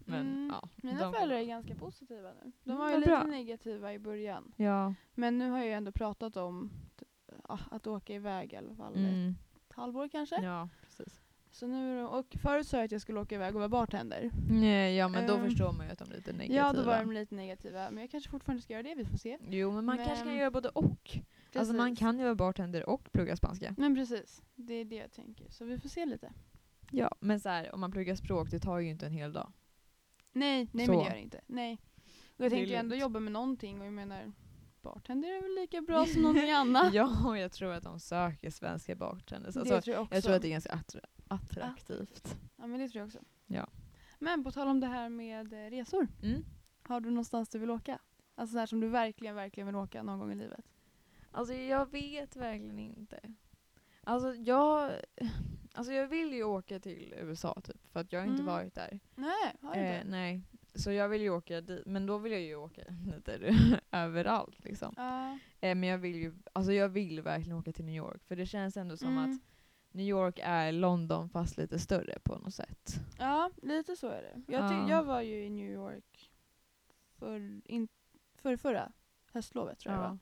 [SPEAKER 1] Men
[SPEAKER 2] Mm.
[SPEAKER 1] ja.
[SPEAKER 2] Mina
[SPEAKER 1] de-
[SPEAKER 2] föräldrar är ganska positiva nu. De
[SPEAKER 1] Mm,
[SPEAKER 2] var ju
[SPEAKER 1] vad
[SPEAKER 2] lite
[SPEAKER 1] bra.
[SPEAKER 2] negativa i början.
[SPEAKER 1] Ja.
[SPEAKER 2] Men nu har jag ju ändå pratat om t- ja, att åka iväg i alla fall
[SPEAKER 1] Mm.
[SPEAKER 2] ett halvår kanske.
[SPEAKER 1] Ja, precis.
[SPEAKER 2] Så nu, och förut sa jag att jag skulle åka iväg och vara bartender.
[SPEAKER 1] Nej, ja men då
[SPEAKER 2] Ehm,
[SPEAKER 1] förstår man ju att de är lite negativa.
[SPEAKER 2] Ja, då var de lite negativa. Men jag kanske fortfarande ska göra det, vi får se.
[SPEAKER 1] Jo men man kanske kan
[SPEAKER 2] Men-
[SPEAKER 1] göra både och. Alltså man
[SPEAKER 2] Precis.
[SPEAKER 1] kan ju vara bartender och plugga spanska.
[SPEAKER 2] Men precis, det är det jag tänker. Så vi får se lite.
[SPEAKER 1] Ja. Men så här, om man pluggar språk det tar ju inte en hel dag.
[SPEAKER 2] Nej, nej
[SPEAKER 1] Så.
[SPEAKER 2] men det gör det inte. Nej. Och
[SPEAKER 1] är
[SPEAKER 2] jag tänkte ju ändå
[SPEAKER 1] lugnt.
[SPEAKER 2] jobba med någonting och jag menar bartender är väl lika bra
[SPEAKER 1] <laughs>
[SPEAKER 2] som någonting annat.
[SPEAKER 1] Ja och jag tror att de söker svenska bartenders. Alltså,
[SPEAKER 2] det tror jag också.
[SPEAKER 1] jag tror att det är ganska attra- attraktivt.
[SPEAKER 2] Ja men det tror jag också.
[SPEAKER 1] Ja.
[SPEAKER 2] Men på tal om det här med eh, resor.
[SPEAKER 1] Mm.
[SPEAKER 2] Har du någonstans du vill åka? Alltså så här som du verkligen, verkligen vill åka någon gång i livet.
[SPEAKER 1] Alltså jag vet verkligen inte. Alltså jag, alltså jag vill ju åka till USA typ för att jag har inte
[SPEAKER 2] Mm.
[SPEAKER 1] varit där.
[SPEAKER 2] Nej, har du inte?
[SPEAKER 1] Eh, nej. Så jag vill ju åka dit, men då vill jag ju åka <laughs> lite överallt liksom.
[SPEAKER 2] Ja.
[SPEAKER 1] Eh, men jag vill ju, alltså jag vill verkligen åka till New York för det känns ändå som
[SPEAKER 2] Mm.
[SPEAKER 1] att New York är London fast lite större på något sätt.
[SPEAKER 2] ja, lite så är det. Jag,
[SPEAKER 1] Ja.
[SPEAKER 2] tyck- jag var ju i New York för, in- för förra höstlovet tror jag det var.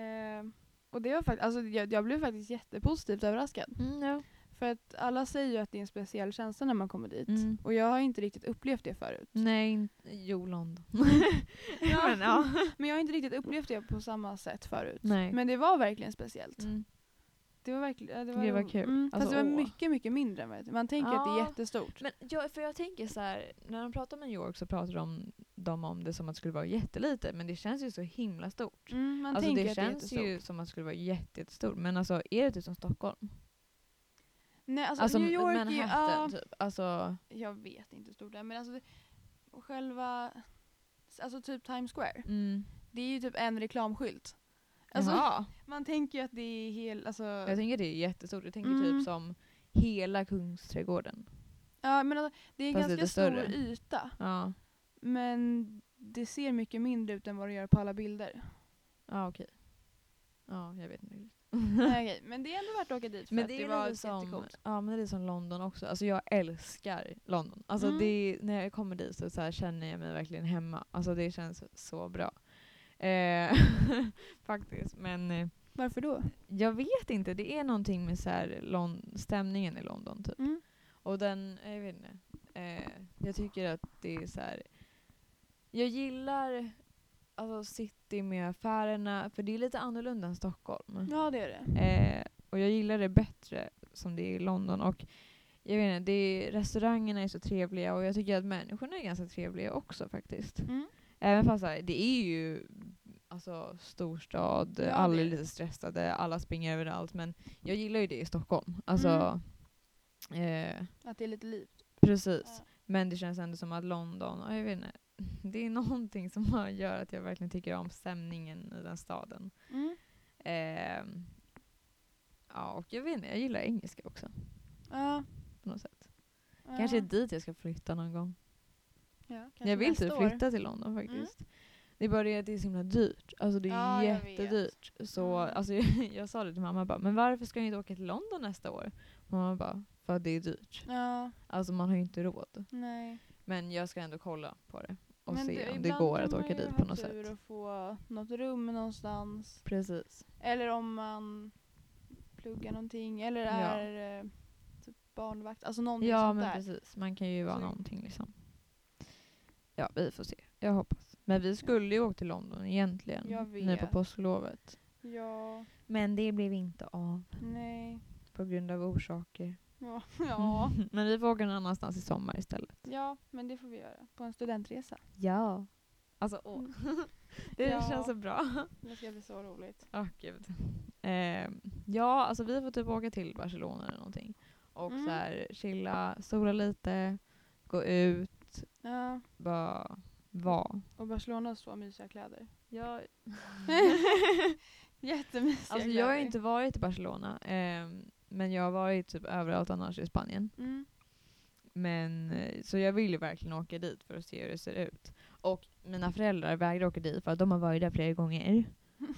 [SPEAKER 2] Eh, och det var faktiskt, alltså jag, jag blev faktiskt jättepositivt överraskad.
[SPEAKER 1] Mm, ja.
[SPEAKER 2] För att alla säger ju att det är en speciell känsla när man kommer dit.
[SPEAKER 1] Mm.
[SPEAKER 2] Och jag har inte riktigt upplevt det förut.
[SPEAKER 1] Nej, inte- jo London.
[SPEAKER 2] <laughs> Ja.
[SPEAKER 1] <laughs> Men, ja.
[SPEAKER 2] <laughs> Men jag har inte riktigt upplevt det på samma sätt förut.
[SPEAKER 1] Nej.
[SPEAKER 2] Men det var verkligen speciellt.
[SPEAKER 1] Mm.
[SPEAKER 2] Det var verkligen... ja, Det var,
[SPEAKER 1] Det var kul.
[SPEAKER 2] Mm,
[SPEAKER 1] Alltså,
[SPEAKER 2] fast det var
[SPEAKER 1] åh.
[SPEAKER 2] mycket, mycket mindre än vad jag- Man tänker att det
[SPEAKER 1] Ja.
[SPEAKER 2] är jättestort.
[SPEAKER 1] Men jag, för jag tänker så här, när de pratar om New York så pratar de, de om det som att det skulle vara jättelite, men det känns ju så himla stort.
[SPEAKER 2] Mm, man
[SPEAKER 1] alltså
[SPEAKER 2] tänker
[SPEAKER 1] det
[SPEAKER 2] att
[SPEAKER 1] känns
[SPEAKER 2] det är
[SPEAKER 1] ju
[SPEAKER 2] jättestort.
[SPEAKER 1] som att det skulle vara jätte- jättestort, men alltså är det typ som Stockholm?
[SPEAKER 2] Nej, alltså,
[SPEAKER 1] Alltså
[SPEAKER 2] New York är ju...
[SPEAKER 1] Manhattan
[SPEAKER 2] ja,
[SPEAKER 1] typ. Alltså,
[SPEAKER 2] jag vet inte hur stort det är men alltså det, och själva... Alltså typ Times Square.
[SPEAKER 1] mm.
[SPEAKER 2] Det är ju typ en reklamskylt. Alltså,
[SPEAKER 1] Jaha.
[SPEAKER 2] Man tänker ju att det är helt... Alltså,
[SPEAKER 1] Jag tänker det är jättestort, jag tänker
[SPEAKER 2] Mm.
[SPEAKER 1] typ som hela Kungsträdgården.
[SPEAKER 2] ja, men alltså, det är en
[SPEAKER 1] Fast
[SPEAKER 2] ganska
[SPEAKER 1] lite
[SPEAKER 2] stor
[SPEAKER 1] större.
[SPEAKER 2] yta.
[SPEAKER 1] Ja,
[SPEAKER 2] Men det ser mycket mindre ut än vad det gör på
[SPEAKER 1] <laughs>
[SPEAKER 2] alla bilder.
[SPEAKER 1] ja okej. Ja, jag vet inte riktigt.
[SPEAKER 2] Nej, okej. Men det är ändå värt att åka dit för
[SPEAKER 1] Men
[SPEAKER 2] att
[SPEAKER 1] det,
[SPEAKER 2] det,
[SPEAKER 1] är
[SPEAKER 2] var
[SPEAKER 1] lite som,
[SPEAKER 2] jättecoolt.
[SPEAKER 1] ja, men det är som London också. Alltså jag älskar London. Alltså
[SPEAKER 2] Mm.
[SPEAKER 1] det, när jag kommer dit så, så här känner jag mig verkligen hemma. Alltså det känns så bra. Eh, <laughs> faktiskt. Men eh,
[SPEAKER 2] Varför då?
[SPEAKER 1] jag vet inte, det är någonting med så här, lon- stämningen i London typ.
[SPEAKER 2] Mm.
[SPEAKER 1] Och den, jag vet inte. Eh, jag tycker att det är så här. Jag gillar alltså city med affärerna, för det är lite annorlunda än Stockholm.
[SPEAKER 2] Ja, det är det.
[SPEAKER 1] Eh, och jag gillar det bättre som det är i London. Och jag vet inte, det är, restaurangerna är så trevliga och jag tycker att människorna är ganska trevliga också faktiskt.
[SPEAKER 2] Mm.
[SPEAKER 1] Även fast så här, det är ju alltså, storstad,
[SPEAKER 2] Ja,
[SPEAKER 1] alla
[SPEAKER 2] det
[SPEAKER 1] är
[SPEAKER 2] är det.
[SPEAKER 1] lite stressade, alla springer överallt. Men jag gillar ju det i Stockholm.
[SPEAKER 2] Mm.
[SPEAKER 1] Alltså, eh,
[SPEAKER 2] Att det är lite liv.
[SPEAKER 1] precis.
[SPEAKER 2] Ja.
[SPEAKER 1] Men det känns ändå som att London, ja, jag vet inte, <laughs> det är någonting som har- gör att jag verkligen tycker om stämningen i den staden.
[SPEAKER 2] Mm.
[SPEAKER 1] Ehm, ja, och jag vet inte, jag gillar engelska också
[SPEAKER 2] Ja.
[SPEAKER 1] på något sätt.
[SPEAKER 2] ja.
[SPEAKER 1] Kanske är dit jag ska flytta någon gång.
[SPEAKER 2] Ja, kanske
[SPEAKER 1] jag vill
[SPEAKER 2] nästa
[SPEAKER 1] typ
[SPEAKER 2] år. Mm.
[SPEAKER 1] flytta till London faktiskt. Det är bara det att det är så himla dyrt. Alltså det är
[SPEAKER 2] Ja, jag vet.
[SPEAKER 1] jättedyrt. Så
[SPEAKER 2] Mm.
[SPEAKER 1] alltså, <laughs> jag, sa det till mamma bara, men varför ska jag inte åka till London nästa år? Mamma bara, för att det är dyrt.
[SPEAKER 2] Ja,
[SPEAKER 1] Alltså man har ju inte råd.
[SPEAKER 2] nej.
[SPEAKER 1] Men jag ska ändå kolla på det och
[SPEAKER 2] Men
[SPEAKER 1] se om det
[SPEAKER 2] ibland
[SPEAKER 1] går
[SPEAKER 2] kan
[SPEAKER 1] att
[SPEAKER 2] man
[SPEAKER 1] åka
[SPEAKER 2] ju
[SPEAKER 1] dit
[SPEAKER 2] ha
[SPEAKER 1] på något
[SPEAKER 2] tur
[SPEAKER 1] sätt.
[SPEAKER 2] och få något rum någonstans.
[SPEAKER 1] Precis.
[SPEAKER 2] Eller om man pluggar någonting. Eller
[SPEAKER 1] Ja.
[SPEAKER 2] är eh, typ barnvakt. Alltså någonting
[SPEAKER 1] Ja
[SPEAKER 2] sånt
[SPEAKER 1] men
[SPEAKER 2] där.
[SPEAKER 1] precis, man kan ju vara
[SPEAKER 2] Så-
[SPEAKER 1] någonting liksom. Ja vi får se, jag hoppas. Men vi skulle ju åka till London egentligen
[SPEAKER 2] Jag
[SPEAKER 1] nu på
[SPEAKER 2] vet.
[SPEAKER 1] påsklovet.
[SPEAKER 2] Ja,
[SPEAKER 1] Men det blev inte av
[SPEAKER 2] nej.
[SPEAKER 1] på grund av orsaker.
[SPEAKER 2] Ja. <laughs> Ja.
[SPEAKER 1] <laughs> men vi får åka någon annanstans i sommar istället.
[SPEAKER 2] ja, men det får vi göra. På en studentresa.
[SPEAKER 1] Ja. Alltså
[SPEAKER 2] <laughs>
[SPEAKER 1] åh. det
[SPEAKER 2] Ja.
[SPEAKER 1] känns så bra.
[SPEAKER 2] Det ska bli så roligt.
[SPEAKER 1] Åh gud. Ehm, ja alltså vi får typ åka till Barcelona eller någonting. Och
[SPEAKER 2] Mm.
[SPEAKER 1] så här chilla, sola lite, gå ut,
[SPEAKER 2] Ja.
[SPEAKER 1] bara vara.
[SPEAKER 2] Och Barcelona har så mysiga kläder.
[SPEAKER 1] Jag
[SPEAKER 2] Jättemysiga
[SPEAKER 1] Alltså
[SPEAKER 2] kläder.
[SPEAKER 1] jag har inte varit i Barcelona, ehm, men jag har varit typ överallt annars i Spanien.
[SPEAKER 2] Mm.
[SPEAKER 1] Men, eh, så jag vill ju verkligen åka dit för att se hur det ser ut. Och mina föräldrar vägrar åka dit för att de har varit där flera gånger.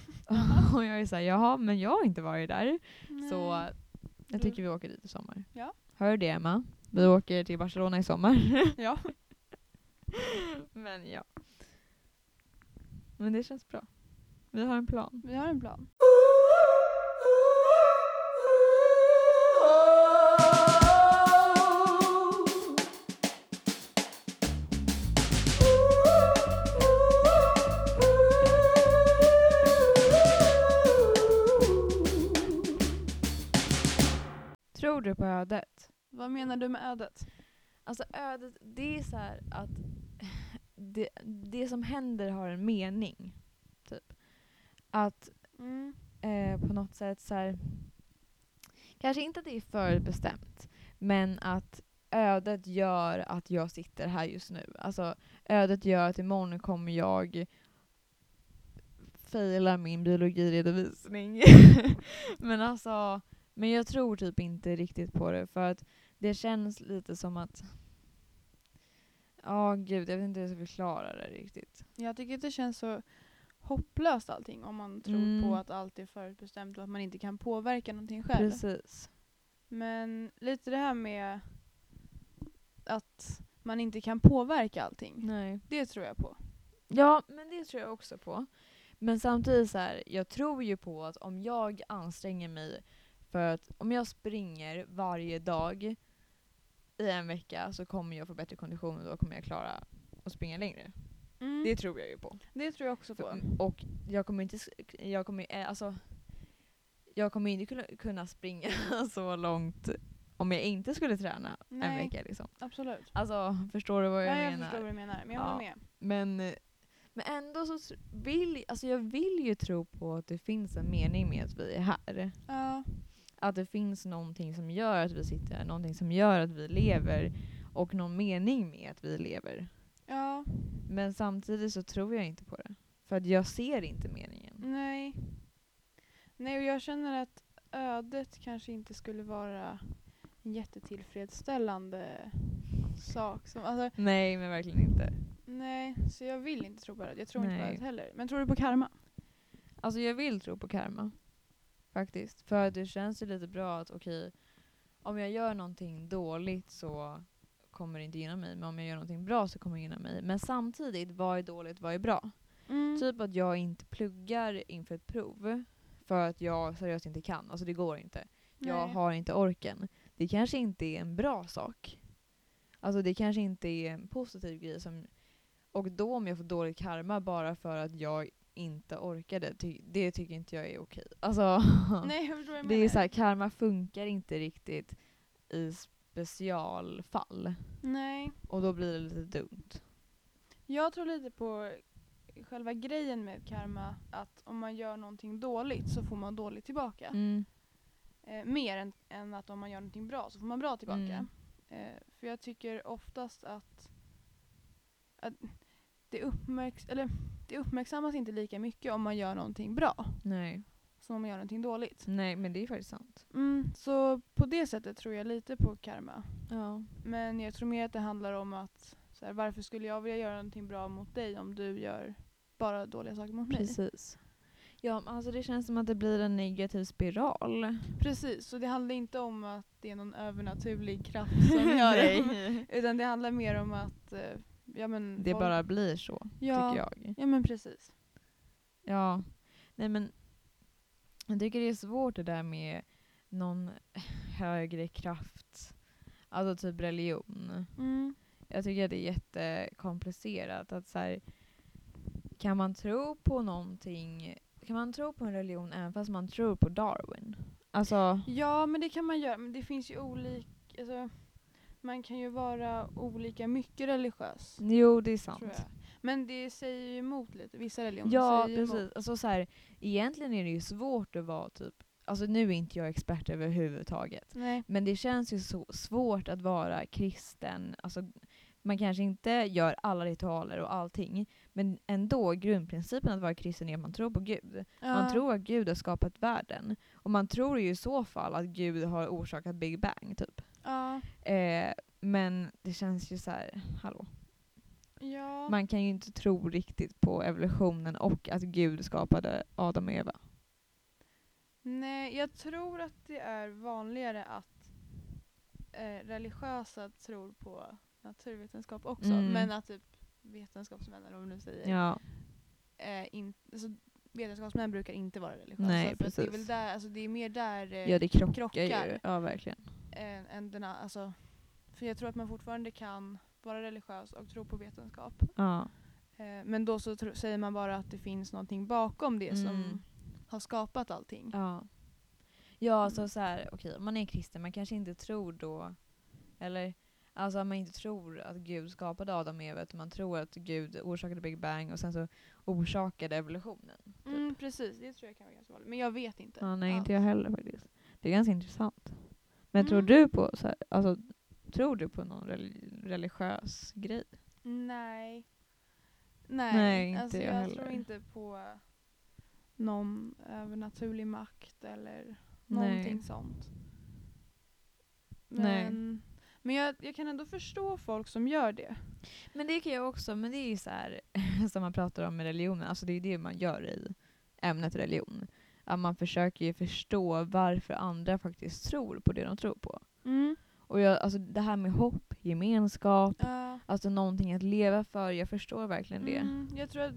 [SPEAKER 1] <laughs> och jag är såhär, jaha men jag har inte varit där. Så Mm.
[SPEAKER 2] Nej.
[SPEAKER 1] jag tycker vi åker dit i sommar.
[SPEAKER 2] Ja.
[SPEAKER 1] Hör du det Emma? Vi åker till Barcelona i <laughs> sommar.
[SPEAKER 2] Ja.
[SPEAKER 1] men ja. Men det känns bra. Vi har en plan.
[SPEAKER 2] Vi har en plan.
[SPEAKER 1] du på ödet?
[SPEAKER 2] Vad menar du med ödet?
[SPEAKER 1] Alltså ödet, det är så här att <laughs> det, det som händer har en mening. Typ. Att
[SPEAKER 2] Mm.
[SPEAKER 1] eh, på något sätt så här, kanske inte att det är förbestämt, men att ödet gör att jag sitter här just nu. Alltså ödet gör att imorgon kommer jag faila min biologiredovisning. <laughs> men alltså, men jag tror typ inte riktigt på det för att det känns lite som att Ja, gud, jag vet inte hur jag ska förklara det riktigt.
[SPEAKER 2] Jag tycker att det känns så hopplöst allting om man tror
[SPEAKER 1] Mm.
[SPEAKER 2] på att allt är förutbestämt och att man inte kan påverka någonting själv.
[SPEAKER 1] Precis.
[SPEAKER 2] Men lite det här med att man inte kan påverka allting.
[SPEAKER 1] Nej.
[SPEAKER 2] Det tror jag på.
[SPEAKER 1] Ja, men det tror jag också på. Men samtidigt så här, jag tror ju på att om jag anstränger mig för att om jag springer varje dag i en vecka så kommer jag få bättre kondition och då kommer jag klara att springa längre. Det
[SPEAKER 2] Det,
[SPEAKER 1] tror jag ju på.
[SPEAKER 2] det tror Mm. jag också på.
[SPEAKER 1] Och jag kommer inte, sk- jag kommer, eh, alltså, jag kommer inte kunna- kunna springa <laughs> så långt om jag inte skulle träna en
[SPEAKER 2] Nej,
[SPEAKER 1] vecka liksom.
[SPEAKER 2] absolut.
[SPEAKER 1] Alltså förstår du vad jag
[SPEAKER 2] Nej, jag
[SPEAKER 1] menar?
[SPEAKER 2] förstår vad du menar, men jag
[SPEAKER 1] Ja.
[SPEAKER 2] håller med.
[SPEAKER 1] Men, eh, men ändå så tr- vill alltså jag vill ju tro på att det finns en mening med att vi är här.
[SPEAKER 2] Ja,
[SPEAKER 1] Att det finns någonting som gör att vi sitter här, någonting som gör att vi lever och någon mening med att vi lever.
[SPEAKER 2] ja,
[SPEAKER 1] Men samtidigt så tror jag inte på det. För att jag ser inte meningen.
[SPEAKER 2] nej. Nej, och jag känner att ödet kanske inte skulle vara en jättetillfredsställande sak. Som, alltså,
[SPEAKER 1] Nej, men verkligen inte.
[SPEAKER 2] Nej, så jag vill inte tro på det. Jag tror inte
[SPEAKER 1] Nej.
[SPEAKER 2] på det heller. Men tror du på karma?
[SPEAKER 1] Alltså jag vill tro på karma. Faktiskt. För det känns ju lite bra att okej, om jag gör någonting dåligt så kommer det inte gynna mig. Men om jag gör någonting bra så kommer det gynna mig. Men samtidigt, vad är dåligt, vad är bra?
[SPEAKER 2] Typ.
[SPEAKER 1] Typ att jag inte pluggar inför ett prov. För att jag seriöst inte kan. Alltså det går inte. Jag
[SPEAKER 2] Nej.
[SPEAKER 1] har inte orken. Det kanske inte är en bra sak. Alltså det kanske inte är en positiv grej som... Och då om jag får dålig karma bara för att jag inte orkade, ty- det tycker inte jag är okej. Alltså, <laughs>
[SPEAKER 2] Nej, jag förstår vad jag
[SPEAKER 1] det är
[SPEAKER 2] menar.
[SPEAKER 1] så här, karma funkar inte riktigt i specialfall.
[SPEAKER 2] Nej.
[SPEAKER 1] Och då blir det lite dumt.
[SPEAKER 2] Jag tror lite på själva grejen med karma. Att om man gör någonting dåligt så får man dåligt tillbaka.
[SPEAKER 1] Mm.
[SPEAKER 2] Eh, mer än, än att om man gör någonting bra så får man bra tillbaka.
[SPEAKER 1] Mm.
[SPEAKER 2] Eh, för jag tycker oftast att, att det, uppmärks- eller, det uppmärksammas inte lika mycket om man gör någonting bra
[SPEAKER 1] Nej.
[SPEAKER 2] som om man gör någonting dåligt.
[SPEAKER 1] Nej, men det är faktiskt sant.
[SPEAKER 2] Mm, så på det sättet tror jag lite på karma.
[SPEAKER 1] Ja.
[SPEAKER 2] Men jag tror mer att det handlar om att så här, varför skulle jag vilja göra någonting bra mot dig om du gör bara dåliga saker mot mig? Precis.
[SPEAKER 1] Precis. Ja, men alltså det känns som att det blir en negativ
[SPEAKER 2] <laughs>
[SPEAKER 1] spiral.
[SPEAKER 2] så det handlar inte om att det är någon
[SPEAKER 1] <laughs>
[SPEAKER 2] övernaturlig kraft som gör det. Utan det handlar mer om att eh, ja, men,
[SPEAKER 1] Det
[SPEAKER 2] folk-
[SPEAKER 1] bara blir så,
[SPEAKER 2] ja,
[SPEAKER 1] tycker jag.
[SPEAKER 2] Ja men precis.
[SPEAKER 1] Ja, nej men jag tycker det är svårt det där med någon <laughs> högre kraft, alltså typ religion.
[SPEAKER 2] Mm.
[SPEAKER 1] Jag tycker att det är jättekomplicerat att så här, kan man tro på någonting, kan man tro på en religion även fast man tror på Darwin? Alltså,
[SPEAKER 2] Ja men det kan man göra, men det finns ju olika, alltså, man kan ju vara olika mycket religiös.
[SPEAKER 1] jo Mm, det är
[SPEAKER 2] Tror
[SPEAKER 1] sant.
[SPEAKER 2] jag. Men det säger ju emot lite, vissa religioner
[SPEAKER 1] Ja
[SPEAKER 2] säger ju emot.
[SPEAKER 1] precis, alltså så här, egentligen är det ju svårt att vara typ, alltså nu är inte jag expert överhuvudtaget.
[SPEAKER 2] Nej.
[SPEAKER 1] Men det känns ju så svårt att vara kristen. Alltså, man kanske inte gör alla ritualer och allting, men ändå grundprincipen att vara kristen är att man tror på Gud. Man
[SPEAKER 2] Ja.
[SPEAKER 1] tror att Gud har skapat världen. Och man tror ju i så fall att Gud har orsakat Big Bang, typ.
[SPEAKER 2] Ja.
[SPEAKER 1] Eh, men det känns ju så här, hallå.
[SPEAKER 2] ja.
[SPEAKER 1] Man kan ju inte tro riktigt på evolutionen och att Gud skapade Adam och Eva.
[SPEAKER 2] Nej, jag tror att det är vanligare att eh, religiösa tror på naturvetenskap också.
[SPEAKER 1] Mm.
[SPEAKER 2] Men att typ vetenskapsmän, eller vad man nu säger,
[SPEAKER 1] Ja,
[SPEAKER 2] eh, in, alltså, vetenskapsmän brukar inte vara religiösa.
[SPEAKER 1] Nej,
[SPEAKER 2] för att det, är väl
[SPEAKER 1] precis.
[SPEAKER 2] där, alltså, det är mer där eh,
[SPEAKER 1] ja det krockar, ju.
[SPEAKER 2] krockar.
[SPEAKER 1] Ja, verkligen.
[SPEAKER 2] än, än den, a- alltså, För jag tror att man fortfarande kan vara religiös och tro på vetenskap.
[SPEAKER 1] Ja.
[SPEAKER 2] Eh, men då så tro, säger man bara att det finns någonting bakom det
[SPEAKER 1] Mm.
[SPEAKER 2] som har skapat allting.
[SPEAKER 1] Ja. Ja, alltså så här, okej, om man är kristen, man kanske inte tror då, eller alltså man inte tror att Gud skapade Adam och Eva, utan man tror att Gud orsakade Big Bang och sen så orsakade evolutionen. typ.
[SPEAKER 2] Mm, precis, det tror jag kan vara ganska vanligt. Men jag vet inte.
[SPEAKER 1] Ja, nej, inte
[SPEAKER 2] alls.
[SPEAKER 1] jag heller faktiskt. Det är ganska intressant. Men tror
[SPEAKER 2] Mm.
[SPEAKER 1] du på så här, alltså, tror du på någon reli- religiös grej?
[SPEAKER 2] Nej. Nej,
[SPEAKER 1] Nej, inte
[SPEAKER 2] alltså,
[SPEAKER 1] jag
[SPEAKER 2] jag, tror
[SPEAKER 1] heller.
[SPEAKER 2] inte på någon övernaturlig makt eller
[SPEAKER 1] Nej.
[SPEAKER 2] någonting sånt. Men,
[SPEAKER 1] Nej.
[SPEAKER 2] men jag, jag kan ändå förstå folk som gör det.
[SPEAKER 1] Men det kan jag också, men det är ju så här <laughs> som man pratar om med religionen, alltså det är ju det man gör i ämnet religion. Att man försöker ju förstå varför andra faktiskt tror på det de tror på. Och jag, alltså det här med hopp, gemenskap,
[SPEAKER 2] Ja.
[SPEAKER 1] alltså någonting att leva för, jag förstår verkligen det.
[SPEAKER 2] Mm, jag tror att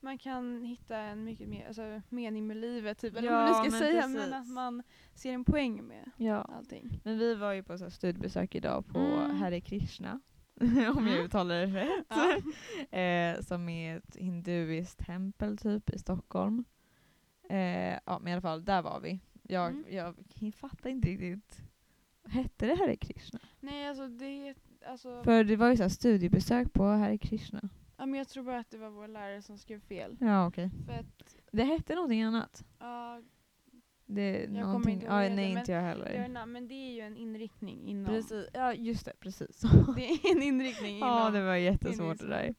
[SPEAKER 2] man kan hitta en mycket mer alltså, mening med livet, typ, eller
[SPEAKER 1] Ja,
[SPEAKER 2] vad man nu ska
[SPEAKER 1] men
[SPEAKER 2] säga,
[SPEAKER 1] precis.
[SPEAKER 2] men att man ser en poäng med
[SPEAKER 1] Ja.
[SPEAKER 2] allting.
[SPEAKER 1] Men vi var ju på så här studiebesök idag på
[SPEAKER 2] Mm.
[SPEAKER 1] Hare Krishna, <laughs> om jag
[SPEAKER 2] Mm.
[SPEAKER 1] uttalar det rätt. <laughs>
[SPEAKER 2] Ja.
[SPEAKER 1] eh, som är ett hinduiskt tempel typ i Stockholm. Eh, ja men i alla fall, där var vi. Jag,
[SPEAKER 2] Mm.
[SPEAKER 1] jag fattar inte riktigt. Hette det Hare Krishna?
[SPEAKER 2] Nej, alltså det alltså,
[SPEAKER 1] För det var ju så här studiebesök på Hare Krishna.
[SPEAKER 2] ja, men jag tror bara att det var vår lärare som skrev fel.
[SPEAKER 1] Ja okej.
[SPEAKER 2] För att,
[SPEAKER 1] Det hette någonting annat.
[SPEAKER 2] ja,
[SPEAKER 1] Det,
[SPEAKER 2] kommer
[SPEAKER 1] någonting,
[SPEAKER 2] inte ihåg vad det
[SPEAKER 1] ja, nej
[SPEAKER 2] heter,
[SPEAKER 1] inte jag
[SPEAKER 2] jag vet
[SPEAKER 1] heller.
[SPEAKER 2] inte, men det är ju en inriktning inom...
[SPEAKER 1] Precis, ja just det, precis.
[SPEAKER 2] <laughs> Det är en inriktning inom...
[SPEAKER 1] Ja, det var jättesvårt det
[SPEAKER 2] Inriktning.
[SPEAKER 1] där.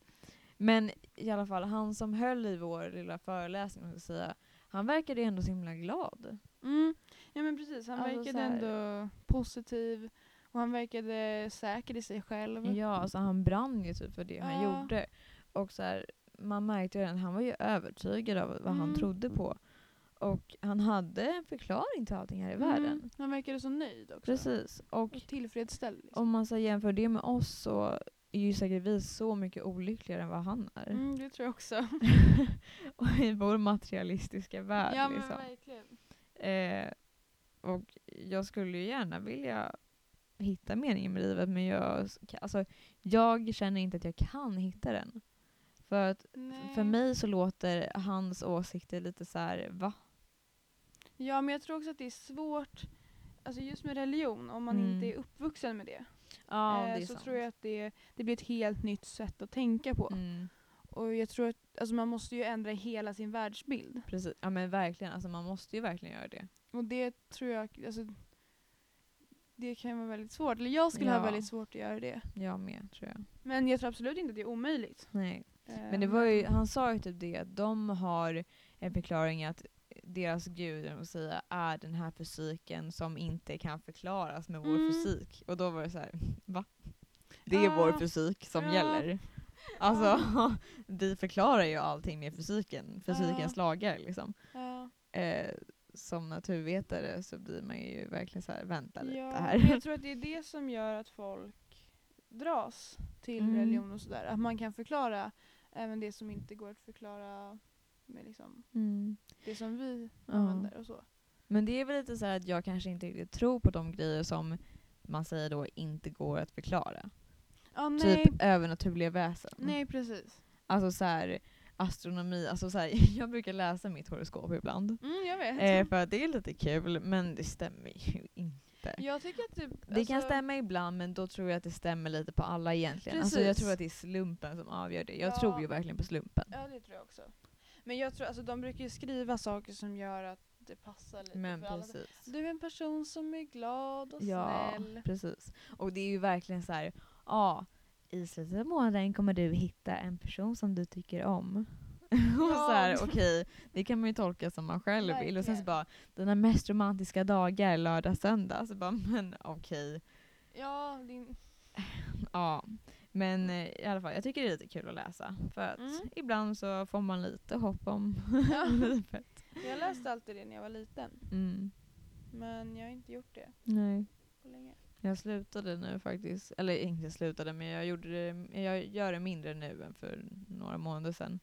[SPEAKER 1] Men i alla fall, han som höll i vår lilla föreläsning, om jag ska säga, han verkade ändå så himla glad.
[SPEAKER 2] Mm. Ja men precis, han
[SPEAKER 1] Alltså
[SPEAKER 2] verkade
[SPEAKER 1] så
[SPEAKER 2] ändå positiv och han verkade säker i sig själv.
[SPEAKER 1] Ja, alltså han brann ju typ för det han
[SPEAKER 2] Ja.
[SPEAKER 1] gjorde. Och så här, man märkte ju redan att han var ju övertygad av vad han
[SPEAKER 2] Mm.
[SPEAKER 1] trodde på. Och han hade en förklaring till allting här i
[SPEAKER 2] Mm.
[SPEAKER 1] världen.
[SPEAKER 2] Han verkade så nöjd också.
[SPEAKER 1] Precis. Och
[SPEAKER 2] Och tillfredsställd. Liksom.
[SPEAKER 1] om man så här, jämför det med oss så är ju säkert vi så mycket olyckligare än vad han är.
[SPEAKER 2] Mm, det tror jag också.
[SPEAKER 1] <laughs> Och i vår materialistiska värld.
[SPEAKER 2] Ja men
[SPEAKER 1] liksom.
[SPEAKER 2] verkligen.
[SPEAKER 1] Eh, och jag skulle ju gärna vilja hitta meningen med livet men jag, alltså, jag känner inte att jag kan hitta den. För att
[SPEAKER 2] Nej.
[SPEAKER 1] för mig så låter hans åsikter lite så här, va?
[SPEAKER 2] Ja men jag tror också att det är svårt, alltså just med religion, om man
[SPEAKER 1] Mm.
[SPEAKER 2] inte är uppvuxen med det.
[SPEAKER 1] Ja,
[SPEAKER 2] eh,
[SPEAKER 1] det är
[SPEAKER 2] så
[SPEAKER 1] sant.
[SPEAKER 2] tror jag att det, det blir ett helt nytt sätt att tänka på.
[SPEAKER 1] Mm,
[SPEAKER 2] Och jag tror att alltså, man måste ju ändra hela sin världsbild.
[SPEAKER 1] precis. Ja men verkligen, alltså, man måste ju verkligen göra det.
[SPEAKER 2] Och det tror jag, alltså, det kan vara väldigt svårt. Eller jag skulle
[SPEAKER 1] Ja.
[SPEAKER 2] ha väldigt svårt att göra det.
[SPEAKER 1] Jag med tror jag.
[SPEAKER 2] Men jag tror absolut inte att det är omöjligt.
[SPEAKER 1] Nej.
[SPEAKER 2] Eh,
[SPEAKER 1] Men det var ju, han sa ju typ det att de har en förklaring att deras gud, eller vad man ska säga, är den här fysiken som inte kan förklaras med vår
[SPEAKER 2] Mm.
[SPEAKER 1] fysik. Och då var det så här, va? Det är vår
[SPEAKER 2] Ja.
[SPEAKER 1] fysik som
[SPEAKER 2] Ja.
[SPEAKER 1] gäller. Alltså,
[SPEAKER 2] Ah.
[SPEAKER 1] <laughs> vi förklarar ju allting med fysiken, fysikens lagar liksom.
[SPEAKER 2] Ja.
[SPEAKER 1] Eh, som naturvetare så blir man ju verkligen så här, vänta lite
[SPEAKER 2] Ja, men
[SPEAKER 1] här. <laughs>
[SPEAKER 2] jag tror att det är det som gör att folk dras till
[SPEAKER 1] Mm.
[SPEAKER 2] religion och sådär. Att man kan förklara även det som inte går att förklara med liksom
[SPEAKER 1] Mm.
[SPEAKER 2] det som vi
[SPEAKER 1] Ja.
[SPEAKER 2] använder och så.
[SPEAKER 1] Men det är väl lite så här att jag kanske inte riktigt tror på de grejer som man säger då inte går att förklara.
[SPEAKER 2] Ja, nej,
[SPEAKER 1] Typ övernaturliga väsen.
[SPEAKER 2] nej precis.
[SPEAKER 1] Alltså så här, astronomi, alltså så här, <laughs> jag brukar läsa mitt horoskop ibland.
[SPEAKER 2] Mm, jag vet.
[SPEAKER 1] Eh, för att det är lite kul, men det stämmer ju inte. Alltså-
[SPEAKER 2] jag tycker att typ...
[SPEAKER 1] Det kan stämma ibland, men då tror jag att det stämmer lite på alla egentligen. Alltså jag
[SPEAKER 2] Precis.
[SPEAKER 1] tror att det är slumpen som avgör det. Jag
[SPEAKER 2] Ja.
[SPEAKER 1] tror ju verkligen på slumpen.
[SPEAKER 2] Ja, det tror jag också. Men jag tror, alltså de brukar ju skriva saker som gör att det passar lite
[SPEAKER 1] Men
[SPEAKER 2] för alla.
[SPEAKER 1] precis.
[SPEAKER 2] Du är en person som är glad och
[SPEAKER 1] Ja,
[SPEAKER 2] snäll.
[SPEAKER 1] precis. Och det är ju verkligen så här, ja, i slutet av månaden kommer du hitta en person som du tycker om. <laughs> och så här, okej, det kan man ju tolka som man själv vill. Och sen så
[SPEAKER 2] Verkligen.
[SPEAKER 1] bara, dina mest romantiska dagar lördag, söndag. Så bara, <laughs> men okej.
[SPEAKER 2] Ja, din...
[SPEAKER 1] Ja. Men eh, i alla fall, jag tycker det är lite kul att läsa. För att
[SPEAKER 2] Mm.
[SPEAKER 1] ibland så får man lite hopp om <laughs>
[SPEAKER 2] Ja.
[SPEAKER 1] livet.
[SPEAKER 2] Jag läste alltid det när jag var liten.
[SPEAKER 1] Mm.
[SPEAKER 2] Men jag har inte gjort det
[SPEAKER 1] Nej.
[SPEAKER 2] på länge.
[SPEAKER 1] Jag slutade nu faktiskt, eller inte slutade men jag, gjorde det, jag gör det mindre nu än för några månader sedan.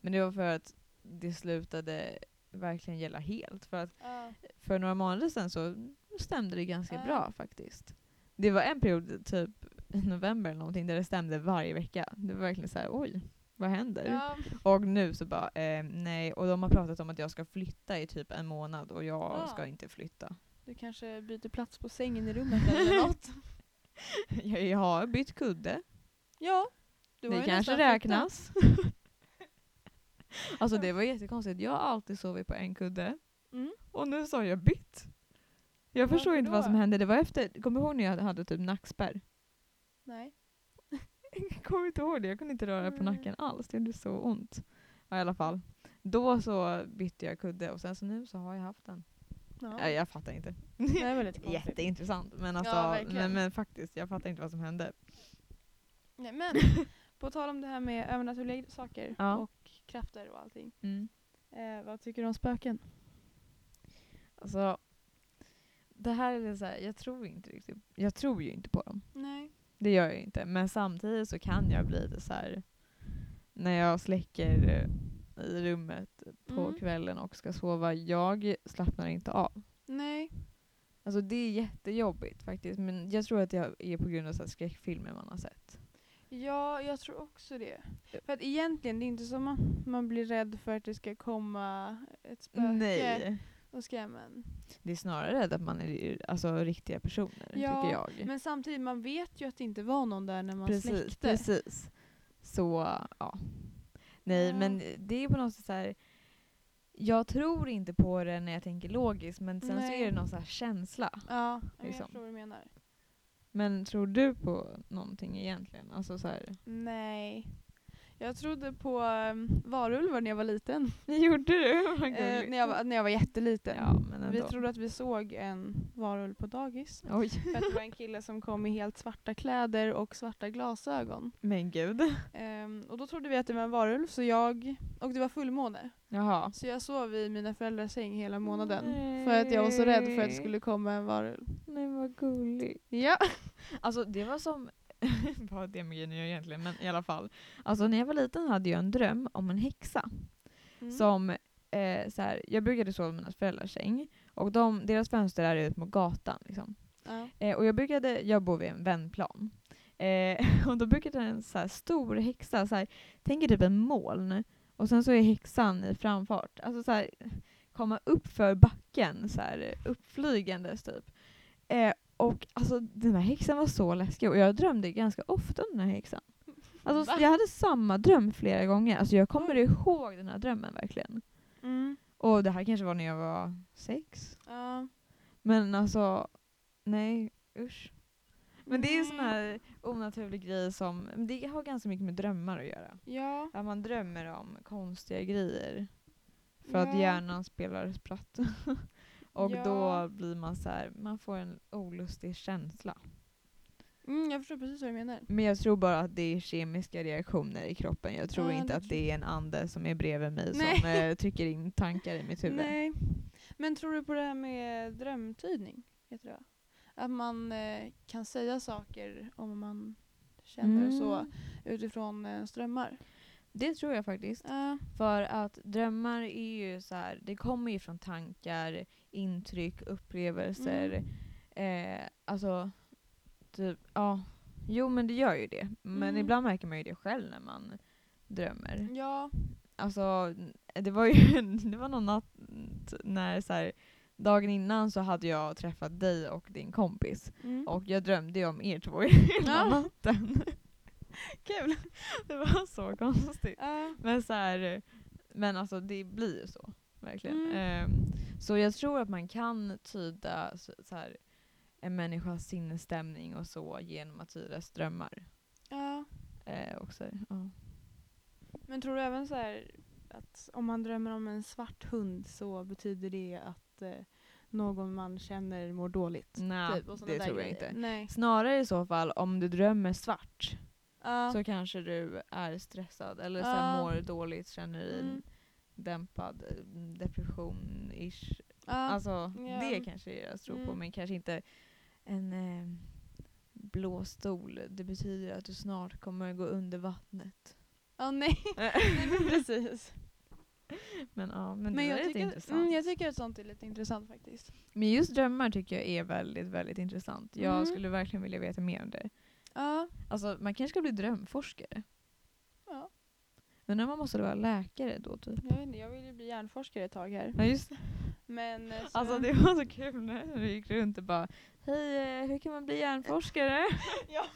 [SPEAKER 1] Men det var för att det slutade verkligen gälla helt. För, att
[SPEAKER 2] Ja.
[SPEAKER 1] för några månader sedan så stämde det ganska
[SPEAKER 2] Ja.
[SPEAKER 1] bra faktiskt. Det var en period, typ i november eller någonting, där det stämde varje vecka. Det var verkligen så här, oj, vad händer?
[SPEAKER 2] Ja,
[SPEAKER 1] Och nu så bara, eh, nej. Och de har pratat om att jag ska flytta i typ en månad och jag
[SPEAKER 2] Ah.
[SPEAKER 1] ska inte flytta.
[SPEAKER 2] du kanske byter plats på sängen i rummet
[SPEAKER 1] <laughs>
[SPEAKER 2] eller något.
[SPEAKER 1] Jag, jag har bytt kudde.
[SPEAKER 2] Ja. Du har
[SPEAKER 1] Det
[SPEAKER 2] ju
[SPEAKER 1] kanske
[SPEAKER 2] nästan flyttat. <laughs>
[SPEAKER 1] räknas. alltså det var jättekonstigt. Jag har alltid sovit på en kudde.
[SPEAKER 2] Mm.
[SPEAKER 1] Och nu så har jag bytt. Jag
[SPEAKER 2] Varför
[SPEAKER 1] förstår inte vad
[SPEAKER 2] då?
[SPEAKER 1] som hände. Det var efter, kommer du ihåg när jag hade typ nackspärr?
[SPEAKER 2] Nej.
[SPEAKER 1] Jag <laughs> kommer inte ihåg det. Jag kunde inte röra på
[SPEAKER 2] Mm.
[SPEAKER 1] nacken alls. Det gjorde så ont. Ja, i alla fall. Då så bytte jag kudde och sen så nu så har jag haft den.
[SPEAKER 2] Ja.
[SPEAKER 1] Nej, jag fattar inte.
[SPEAKER 2] Det är
[SPEAKER 1] <laughs>
[SPEAKER 2] väl lite konstigt.
[SPEAKER 1] Jätteintressant. Men, alltså,
[SPEAKER 2] verkligen.
[SPEAKER 1] men, men faktiskt, jag fattar inte vad som hände. <laughs>
[SPEAKER 2] Nej, men på tal om det här med övernaturliga saker
[SPEAKER 1] Ja.
[SPEAKER 2] och krafter och allting.
[SPEAKER 1] Mm.
[SPEAKER 2] Eh, vad tycker du om spöken?
[SPEAKER 1] Alltså, det här är lite så här, jag tror inte riktigt, jag tror ju inte på dem.
[SPEAKER 2] Nej.
[SPEAKER 1] Det gör jag inte. Men samtidigt så kan jag bli det så här när jag släcker eh, i rummet på
[SPEAKER 2] Mm.
[SPEAKER 1] kvällen och ska sova. Jag slappnar inte av.
[SPEAKER 2] Nej.
[SPEAKER 1] Alltså det är jättejobbigt faktiskt. Men jag tror att det är på grund av så här skräckfilmer man har sett.
[SPEAKER 2] Ja, jag tror också det. För att egentligen, det är inte som man, man blir rädd för att det ska komma ett spöke
[SPEAKER 1] Nej.
[SPEAKER 2] och skrämma en.
[SPEAKER 1] Det är snarare rädd att man är alltså, riktiga personer
[SPEAKER 2] Ja,
[SPEAKER 1] tycker jag.
[SPEAKER 2] Men samtidigt, man vet ju att det inte var någon där när man
[SPEAKER 1] precis,
[SPEAKER 2] släckte.
[SPEAKER 1] precis. Så, ja. Nej,
[SPEAKER 2] Ja.
[SPEAKER 1] men det är på något sätt så här. Jag tror inte på det när jag tänker logiskt, men sen så
[SPEAKER 2] Nej.
[SPEAKER 1] är det någon så här känsla.
[SPEAKER 2] Ja,
[SPEAKER 1] Liksom.
[SPEAKER 2] men jag förstår vad du menar.
[SPEAKER 1] Men tror du på någonting egentligen? Alltså så här. <laughs>
[SPEAKER 2] Nej. Jag trodde på um, varulvar när jag
[SPEAKER 1] <laughs>
[SPEAKER 2] var liten.
[SPEAKER 1] Gjorde du?
[SPEAKER 2] Eh, när, jag var, när jag var jätteliten.
[SPEAKER 1] Ja, men ändå.
[SPEAKER 2] Vi trodde att vi såg en varulv
[SPEAKER 1] <laughs>
[SPEAKER 2] på dagis.
[SPEAKER 1] Oj,
[SPEAKER 2] För att det var en kille som kom i helt svarta kläder och svarta glasögon.
[SPEAKER 1] men gud.
[SPEAKER 2] Ehm, och då trodde vi att det var en varulv, så jag, och det var fullmåne.
[SPEAKER 1] Jaha.
[SPEAKER 2] Så jag sov i mina föräldrars säng hela månaden. För att jag var så rädd för att det skulle komma en varulv.
[SPEAKER 1] Nej, vad gulligt.
[SPEAKER 2] Ja.
[SPEAKER 1] Alltså det var som, <laughs> vad det med grejer egentligen, men i alla fall. Alltså när jag var liten hade jag en dröm om en häxa.
[SPEAKER 2] Mm.
[SPEAKER 1] Som, eh, så här, jag brukade sova i mina föräldrars säng och de, deras fönster är ut mot gatan. Liksom.
[SPEAKER 2] Ja.
[SPEAKER 1] Eh, och jag brukade, jag bor vid en vändplan. Eh, <laughs> och då brukade en så här stor häxa, så här, tänk er typ en moln och sen så är häxan i framfart. Alltså så här, komma upp för backen, så här, uppflygandes typ. Eh, och alltså den här häxan var så läskig och jag drömde ganska ofta om den här häxan. Alltså,
[SPEAKER 2] Va?
[SPEAKER 1] jag hade samma dröm flera gånger. Alltså, jag kommer ihåg den här drömmen verkligen.
[SPEAKER 2] Mm.
[SPEAKER 1] Och det här kanske var när jag var sex.
[SPEAKER 2] Ja.
[SPEAKER 1] Men alltså, nej, usch. Men det är ju
[SPEAKER 2] Nej.
[SPEAKER 1] sån här onaturlig grej som, men det har ganska mycket med drömmar att göra.
[SPEAKER 2] Ja.
[SPEAKER 1] Att man drömmer om konstiga grejer för att
[SPEAKER 2] Ja.
[SPEAKER 1] hjärnan spelar spratt. <laughs> Och
[SPEAKER 2] Ja.
[SPEAKER 1] då blir man så här, man får en olustig känsla.
[SPEAKER 2] Mm, jag förstår precis vad du menar.
[SPEAKER 1] Men jag tror bara att det är kemiska reaktioner i kroppen. Jag tror
[SPEAKER 2] Ja,
[SPEAKER 1] inte
[SPEAKER 2] det
[SPEAKER 1] att
[SPEAKER 2] tror
[SPEAKER 1] det är en ande som är bredvid mig som
[SPEAKER 2] Nej.
[SPEAKER 1] eh, trycker in tankar i mitt huvud.
[SPEAKER 2] Nej. Men tror du på det här med drömtydning? Heter det, va? Att man eh, kan säga saker om man känner och så
[SPEAKER 1] Mm.
[SPEAKER 2] utifrån eh, strömmar?
[SPEAKER 1] Det tror jag faktiskt.
[SPEAKER 2] Ja.
[SPEAKER 1] För att drömmar är ju så här, det kommer ju från tankar, intryck, upplevelser.
[SPEAKER 2] Mm.
[SPEAKER 1] Eh, alltså, typ, ja. Jo men det gör ju det. Men
[SPEAKER 2] Mm.
[SPEAKER 1] ibland märker man ju det själv när man drömmer.
[SPEAKER 2] ja.
[SPEAKER 1] Alltså, det var ju <laughs> det var någon natt när så här, dagen innan så hade jag träffat dig och din kompis.
[SPEAKER 2] Mm.
[SPEAKER 1] Och jag drömde ju om er två hela
[SPEAKER 2] Ja.
[SPEAKER 1] natten. <laughs> Kul! Det var så konstigt.
[SPEAKER 2] Ja.
[SPEAKER 1] Men så här, men alltså det blir ju så. Verkligen.
[SPEAKER 2] Mm.
[SPEAKER 1] Ehm, så jag tror att man kan tyda så, så här, en människas sinnesstämning och så genom att tyda strömmar.
[SPEAKER 2] ja.
[SPEAKER 1] Eh, också. Ja.
[SPEAKER 2] Men tror du även så här att om man drömmer om en svart hund så betyder det att eh, någon man känner mår dåligt?
[SPEAKER 1] Nej,
[SPEAKER 2] Typ, och såna
[SPEAKER 1] Mm. det
[SPEAKER 2] där
[SPEAKER 1] tror jag
[SPEAKER 2] grejer.
[SPEAKER 1] inte.
[SPEAKER 2] Nej.
[SPEAKER 1] Snarare i så fall om du drömmer svart
[SPEAKER 2] Ja.
[SPEAKER 1] så kanske du är stressad eller så här,
[SPEAKER 2] Ja.
[SPEAKER 1] mår dåligt, känner dig
[SPEAKER 2] Mm.
[SPEAKER 1] dämpad, eh, depression-ish
[SPEAKER 2] Ja.
[SPEAKER 1] Alltså
[SPEAKER 2] Ja.
[SPEAKER 1] det kanske jag tror på
[SPEAKER 2] Mm.
[SPEAKER 1] men kanske inte en eh, blå stol. Det betyder att du snart kommer gå under vattnet. <laughs>
[SPEAKER 2] Ja, nej. <laughs> nej, men precis.
[SPEAKER 1] Men ja, men,
[SPEAKER 2] Men
[SPEAKER 1] det är
[SPEAKER 2] jag
[SPEAKER 1] lite
[SPEAKER 2] tycker,
[SPEAKER 1] intressant.
[SPEAKER 2] mm, jag tycker att sånt är lite intressant faktiskt.
[SPEAKER 1] Men just drömmar tycker jag är väldigt, väldigt intressant. Jag
[SPEAKER 2] Mm.
[SPEAKER 1] skulle verkligen vilja veta mer om det.
[SPEAKER 2] Ja.
[SPEAKER 1] Alltså man kanske ska bli drömforskare.
[SPEAKER 2] Ja.
[SPEAKER 1] Men man måste vara läkare då typ.
[SPEAKER 2] Jag, vet inte, jag ville ju bli hjärnforskare ett tag här.
[SPEAKER 1] Ja just det.
[SPEAKER 2] Men, eh, så-
[SPEAKER 1] Alltså det var så kul när du gick runt och bara Hej, eh, hur kan man bli <laughs> hjärnforskare?
[SPEAKER 2] Ja,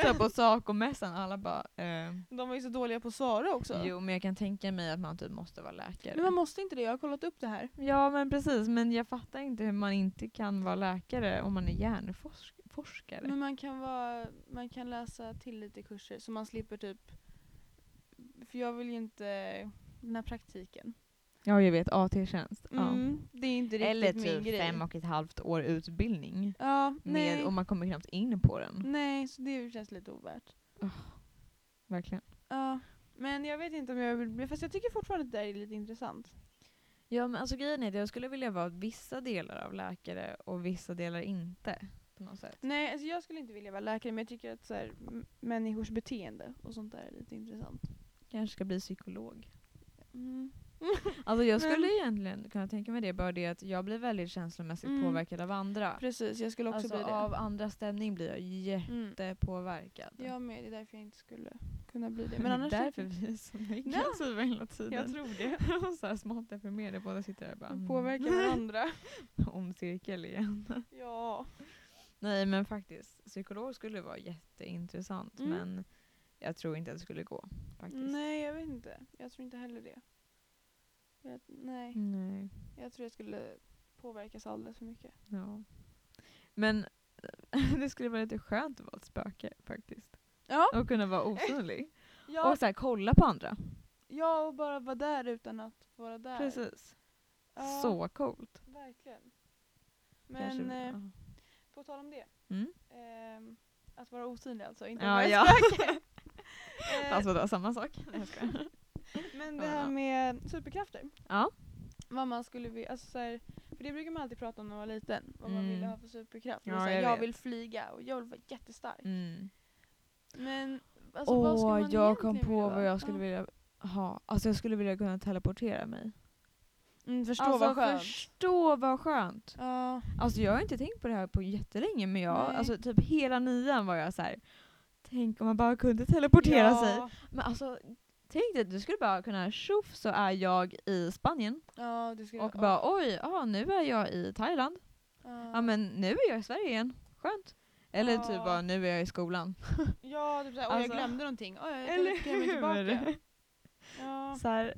[SPEAKER 1] Så här på Sacomässan alla bara ehm,
[SPEAKER 2] de var ju så dåliga på att svara också.
[SPEAKER 1] Jo men jag kan tänka mig att man typ måste vara läkare.
[SPEAKER 2] Men man måste inte det, jag har kollat upp det här.
[SPEAKER 1] Ja men precis, men jag fattar inte hur man inte kan vara läkare om man är hjärnforskare.
[SPEAKER 2] Men man kan, vara, man kan läsa till lite kurser så man slipper typ... För jag vill ju inte den här praktiken.
[SPEAKER 1] Ja jag vet, AT-tjänst.
[SPEAKER 2] Mm, det är inte
[SPEAKER 1] Ja.
[SPEAKER 2] riktigt
[SPEAKER 1] Eller
[SPEAKER 2] min
[SPEAKER 1] typ
[SPEAKER 2] grej.
[SPEAKER 1] fem och ett halvt år utbildning.
[SPEAKER 2] Ja, nej. Mm.
[SPEAKER 1] Med, och man kommer knappt in på den.
[SPEAKER 2] Nej, så det känns lite ovärt.
[SPEAKER 1] Verkligen.
[SPEAKER 2] Ja, men jag vet inte om jag vill bli... Fast jag tycker fortfarande att det där är lite intressant.
[SPEAKER 1] Ja men alltså grejen är att jag skulle vilja vara vissa delar av läkare och vissa delar inte. På något sätt.
[SPEAKER 2] Nej, alltså jag skulle inte vilja vara läkare men jag tycker att så här, m- människors beteende och sånt där är lite intressant.
[SPEAKER 1] Kanske ska bli psykolog.
[SPEAKER 2] Mm.
[SPEAKER 1] Alltså jag
[SPEAKER 2] Men-
[SPEAKER 1] skulle egentligen kunna tänka mig det, bara det att jag blir väldigt känslomässigt
[SPEAKER 2] Mm.
[SPEAKER 1] påverkad av andra.
[SPEAKER 2] Precis, jag skulle också
[SPEAKER 1] Alltså
[SPEAKER 2] bli det.
[SPEAKER 1] av andra stämning blir jag
[SPEAKER 2] Mm.
[SPEAKER 1] jättepåverkad.
[SPEAKER 2] Jag med, det är därför jag inte skulle kunna bli det. Men annars...
[SPEAKER 1] därför vi är <laughs> så negativa hela tiden.
[SPEAKER 2] Jag
[SPEAKER 1] tror det. så här smått deprimerade, båda sitter där och bara
[SPEAKER 2] Vi
[SPEAKER 1] mm,
[SPEAKER 2] påverkar varandra.
[SPEAKER 1] Ond cirkel igen.
[SPEAKER 2] <laughs>
[SPEAKER 1] <laughs>
[SPEAKER 2] ja.
[SPEAKER 1] Nej men faktiskt, psykolog skulle vara jätteintressant
[SPEAKER 2] Mm.
[SPEAKER 1] men jag tror inte att det skulle gå. Faktiskt.
[SPEAKER 2] Nej, jag vet inte. Jag tror inte heller det. Jag, nej,
[SPEAKER 1] Nej.
[SPEAKER 2] jag tror jag skulle påverkas alldeles för mycket.
[SPEAKER 1] Ja. Men <laughs> det skulle vara lite skönt att vara ett spöke faktiskt.
[SPEAKER 2] Ja,
[SPEAKER 1] Och kunna vara osynlig.
[SPEAKER 2] ja,
[SPEAKER 1] Och så här, kolla på andra.
[SPEAKER 2] ja och bara vara där utan att vara där.
[SPEAKER 1] Precis.
[SPEAKER 2] Ja,
[SPEAKER 1] Så coolt.
[SPEAKER 2] Verkligen.
[SPEAKER 1] Kanske-
[SPEAKER 2] Men eh,
[SPEAKER 1] ja.
[SPEAKER 2] på tal om det.
[SPEAKER 1] Mm.
[SPEAKER 2] Ehm, att vara osynlig alltså, inte
[SPEAKER 1] Ja,
[SPEAKER 2] vara
[SPEAKER 1] ja.
[SPEAKER 2] spöke.
[SPEAKER 1] <laughs>
[SPEAKER 2] Eh,
[SPEAKER 1] Alltså det var samma sak. Nej, jag skojar.
[SPEAKER 2] men det
[SPEAKER 1] ja,
[SPEAKER 2] här
[SPEAKER 1] ja.
[SPEAKER 2] med superkrafter.
[SPEAKER 1] Ja.
[SPEAKER 2] Vad man skulle vilja, alltså så här, för det brukar man alltid prata om när man var liten. Vad man
[SPEAKER 1] Mm.
[SPEAKER 2] ville ha för superkraft.
[SPEAKER 1] Ja,
[SPEAKER 2] Man så här, jag
[SPEAKER 1] jag vet.
[SPEAKER 2] vill flyga och jag vill vara jättestark.
[SPEAKER 1] Mm.
[SPEAKER 2] Men alltså,
[SPEAKER 1] Åh,
[SPEAKER 2] vad skulle man
[SPEAKER 1] jag kom
[SPEAKER 2] egentligen
[SPEAKER 1] på
[SPEAKER 2] vilja
[SPEAKER 1] vad
[SPEAKER 2] vara?
[SPEAKER 1] jag skulle vilja ha. Alltså jag skulle vilja kunna teleportera mig.
[SPEAKER 2] Ja. Mm, förstå
[SPEAKER 1] alltså
[SPEAKER 2] vad skönt.
[SPEAKER 1] förstå vad skönt.
[SPEAKER 2] Ja.
[SPEAKER 1] Alltså jag har inte tänkt på det här på jättelänge men jag,
[SPEAKER 2] Nej.
[SPEAKER 1] alltså typ hela nian var jag så här. tänk om man bara kunde teleportera
[SPEAKER 2] ja.
[SPEAKER 1] sig. Men alltså tänk dig, du skulle bara kunna tjoff så är jag i Spanien
[SPEAKER 2] Ja, du skulle,
[SPEAKER 1] och
[SPEAKER 2] ja.
[SPEAKER 1] bara oj, ja nu är jag i Thailand.
[SPEAKER 2] Ja.
[SPEAKER 1] Ja men nu är jag i Sverige igen, skönt. Eller
[SPEAKER 2] Ja.
[SPEAKER 1] typ bara nu är jag i skolan.
[SPEAKER 2] Ja, typ såhär, oj
[SPEAKER 1] Alltså.
[SPEAKER 2] jag glömde någonting. Oj, jag
[SPEAKER 1] Eller
[SPEAKER 2] teleporterar mig
[SPEAKER 1] hur?
[SPEAKER 2] tillbaka. Ja.
[SPEAKER 1] Så här,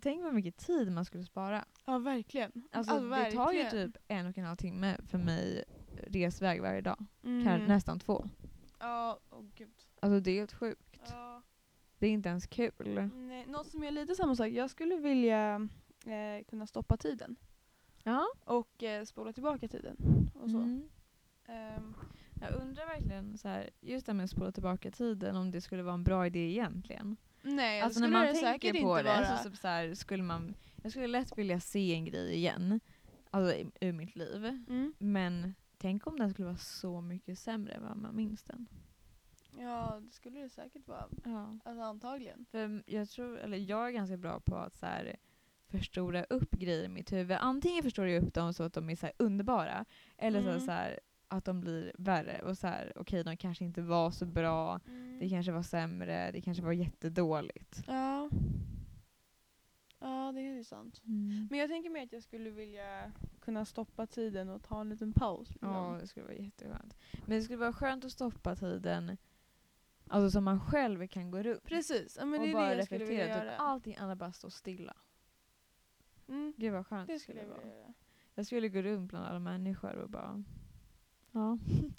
[SPEAKER 1] tänk vad mycket tid man skulle spara.
[SPEAKER 2] ja, verkligen.
[SPEAKER 1] Alltså,
[SPEAKER 2] Ja,
[SPEAKER 1] det tar ju
[SPEAKER 2] verkligen.
[SPEAKER 1] typ en och en halv timme för mig resväg varje dag. Kan,
[SPEAKER 2] Mm.
[SPEAKER 1] nästan två.
[SPEAKER 2] Ja, åh gud.
[SPEAKER 1] Alltså det är helt sjukt.
[SPEAKER 2] Ja.
[SPEAKER 1] Det är inte ens kul.
[SPEAKER 2] Nej, något som är lite samma sak, jag skulle vilja eh, kunna stoppa tiden
[SPEAKER 1] Ja.
[SPEAKER 2] och eh, spola tillbaka tiden. Och så.
[SPEAKER 1] Mm.
[SPEAKER 2] Ehm,
[SPEAKER 1] Jag undrar verkligen, så här, just det här med att spola tillbaka tiden, om det skulle vara en bra idé egentligen.
[SPEAKER 2] nej,
[SPEAKER 1] alltså
[SPEAKER 2] det
[SPEAKER 1] när
[SPEAKER 2] skulle
[SPEAKER 1] man
[SPEAKER 2] det säkert
[SPEAKER 1] tänker på
[SPEAKER 2] inte
[SPEAKER 1] det
[SPEAKER 2] vara.
[SPEAKER 1] så, så, så här, skulle man, jag skulle lätt vilja se en grej igen, alltså i, ur mitt liv.
[SPEAKER 2] Mm.
[SPEAKER 1] Men tänk om den skulle vara så mycket sämre än vad man minns den.
[SPEAKER 2] Ja, det skulle det säkert vara.
[SPEAKER 1] Ja.
[SPEAKER 2] Alltså antagligen.
[SPEAKER 1] För jag, tror, eller jag är ganska bra på att så här, förstora upp grejer i mitt huvud. Antingen förstorar jag upp dem så att de är så här, underbara, eller så,
[SPEAKER 2] Mm.
[SPEAKER 1] så här, att de blir värre. Och så här, okej, de kanske inte var så bra, det kanske var sämre, det kanske var jättedåligt.
[SPEAKER 2] Ja. ja, det är ju sant.
[SPEAKER 1] Mm.
[SPEAKER 2] Men jag tänker mer att jag skulle vilja kunna stoppa tiden och ta en liten paus. liksom.
[SPEAKER 1] Ja, det skulle vara jätteskönt. Men det skulle vara skönt att stoppa tiden, alltså som man själv kan gå runt.
[SPEAKER 2] Precis, ja, men
[SPEAKER 1] och
[SPEAKER 2] det är
[SPEAKER 1] bara
[SPEAKER 2] det jag skulle vilja
[SPEAKER 1] reflektera,
[SPEAKER 2] göra.
[SPEAKER 1] typ, allting annat bara står stilla.
[SPEAKER 2] Mm,
[SPEAKER 1] Gud vad skönt
[SPEAKER 2] det skulle jag vilja göra.
[SPEAKER 1] Jag skulle gå runt bland alla människor och bara... Ja. <laughs>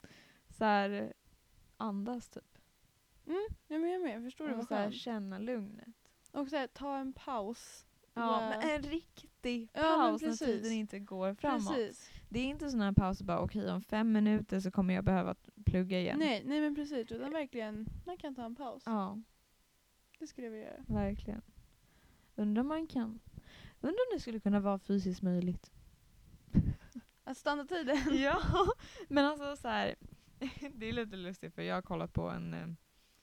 [SPEAKER 1] så här, andas typ.
[SPEAKER 2] Ja, men jag med, jag förstår det.
[SPEAKER 1] Och
[SPEAKER 2] Vad
[SPEAKER 1] så här,
[SPEAKER 2] skönt.
[SPEAKER 1] känna lugnet.
[SPEAKER 2] Och så här, ta en paus.
[SPEAKER 1] Ja,
[SPEAKER 2] Ja.
[SPEAKER 1] men en riktig
[SPEAKER 2] Ja, men
[SPEAKER 1] paus när
[SPEAKER 2] precis.
[SPEAKER 1] tiden inte går framåt.
[SPEAKER 2] Precis.
[SPEAKER 1] Det är inte sån här paus bara okej om fem minuter så kommer jag behöva plugga igen.
[SPEAKER 2] Nej, nej men precis. Utan verkligen, man kan ta en paus.
[SPEAKER 1] Ja,
[SPEAKER 2] Det skulle jag vilja göra.
[SPEAKER 1] verkligen. Undrar om man kan... Undrar om det skulle kunna vara fysiskt möjligt.
[SPEAKER 2] <laughs> Att stanna tiden.
[SPEAKER 1] Ja, men alltså så här, <laughs> det är lite lustigt för jag har kollat på en eh,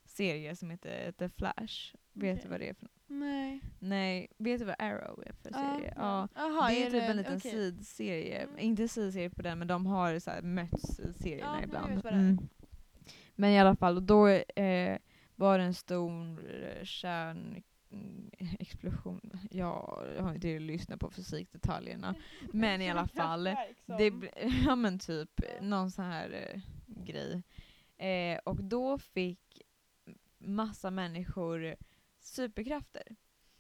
[SPEAKER 1] serie som heter The Flash. Vet du
[SPEAKER 2] Okej.
[SPEAKER 1] vad det är för nå-
[SPEAKER 2] Nej.
[SPEAKER 1] Nej, vet du vad Arrow är för serie? Ja.
[SPEAKER 2] Aha,
[SPEAKER 1] det är, typ en liten
[SPEAKER 2] okej.
[SPEAKER 1] sidserie.
[SPEAKER 2] Mm.
[SPEAKER 1] Inte sidserie på den men de har så här mötts i serierna
[SPEAKER 2] Ja, men jag
[SPEAKER 1] ibland. Mm.
[SPEAKER 2] vet vad det är.
[SPEAKER 1] Men i alla fall, och då eh, var det en stor eh, kärn mm, explosion. Ja, jag har inte lyssnat på <laughs> fysikdetaljerna. Men i alla fall. Det, bl- <laughs> ja men typ
[SPEAKER 2] Ja.
[SPEAKER 1] någon sån här eh, grej. Eh, och då fick massa människor superkrafter.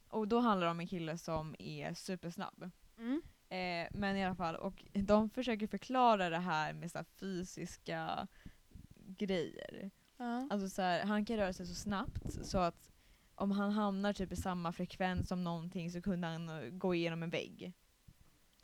[SPEAKER 1] Och då handlar det om en kille som är supersnabb.
[SPEAKER 2] Mm.
[SPEAKER 1] Eh, men i alla fall, och de försöker förklara det här med så här fysiska grejer.
[SPEAKER 2] Ja.
[SPEAKER 1] Alltså så här, han kan röra sig så snabbt så att om han hamnar typ i samma frekvens som någonting så kunde han eh, gå igenom en vägg.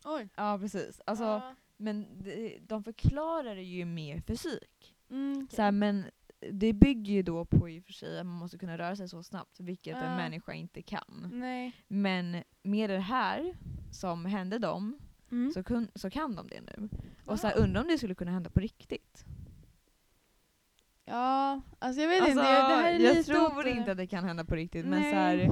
[SPEAKER 2] Oj.
[SPEAKER 1] Ja precis. Alltså,
[SPEAKER 2] Ja.
[SPEAKER 1] men det- de förklarar det ju med fysik.
[SPEAKER 2] Mm, okej.
[SPEAKER 1] Så här, men det bygger ju då på i och för sig att man måste kunna röra sig så snabbt, vilket en
[SPEAKER 2] Ja.
[SPEAKER 1] människa inte kan.
[SPEAKER 2] Nej.
[SPEAKER 1] Men med det här som hände dem
[SPEAKER 2] Mm.
[SPEAKER 1] så, kun, så kan de det nu. Och så här,
[SPEAKER 2] Ah.
[SPEAKER 1] undrar om det skulle kunna hända på riktigt.
[SPEAKER 2] Ja, alltså jag vet
[SPEAKER 1] Alltså,
[SPEAKER 2] inte. Det, det här är
[SPEAKER 1] jag
[SPEAKER 2] lite
[SPEAKER 1] tror
[SPEAKER 2] åt,
[SPEAKER 1] inte att det kan hända på riktigt men
[SPEAKER 2] Nej.
[SPEAKER 1] så här,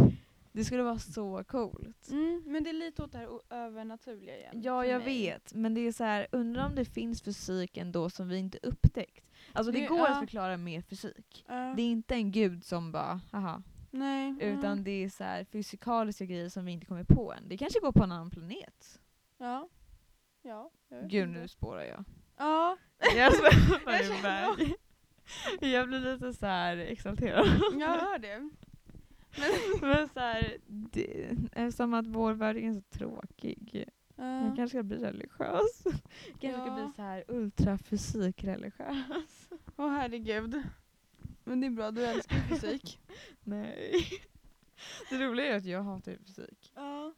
[SPEAKER 1] det skulle vara så coolt.
[SPEAKER 2] Mm, men det är lite åt det här o- övernaturliga igen.
[SPEAKER 1] Ja,
[SPEAKER 2] för
[SPEAKER 1] jag
[SPEAKER 2] mig.
[SPEAKER 1] vet. Men det är så här, undrar om det finns fysik ändå som vi inte upptäckt. Alltså det
[SPEAKER 2] Det-
[SPEAKER 1] går att
[SPEAKER 2] ja.
[SPEAKER 1] förklara med fysik.
[SPEAKER 2] Ja.
[SPEAKER 1] Det är inte en gud som bara, haha.
[SPEAKER 2] Nej.
[SPEAKER 1] Utan
[SPEAKER 2] mm.
[SPEAKER 1] det är så här fysikaliska grejer som vi inte kommer på än. Det kanske går på en annan planet.
[SPEAKER 2] Ja. Ja. jag vet
[SPEAKER 1] Gud,
[SPEAKER 2] inte.
[SPEAKER 1] nu spårar jag.
[SPEAKER 2] Ja.
[SPEAKER 1] <laughs> Jag <laughs>
[SPEAKER 2] Jag
[SPEAKER 1] spårar
[SPEAKER 2] känner
[SPEAKER 1] iväg. Jag blir lite så här exalterad. <laughs>
[SPEAKER 2] Jag hör det.
[SPEAKER 1] Men så här, det, eftersom att vår värld är ganska tråkig.
[SPEAKER 2] Ja.
[SPEAKER 1] Jag kanske ska bli religiös. <laughs> Kanske ska
[SPEAKER 2] Ja.
[SPEAKER 1] bli så här ultrafysikreligiös.
[SPEAKER 2] Åh herregud. Men det är bra, du
[SPEAKER 1] <laughs>
[SPEAKER 2] älskar ju fysik.
[SPEAKER 1] Nej. <laughs> Det roliga är att jag hatar ju fysik.
[SPEAKER 2] ja.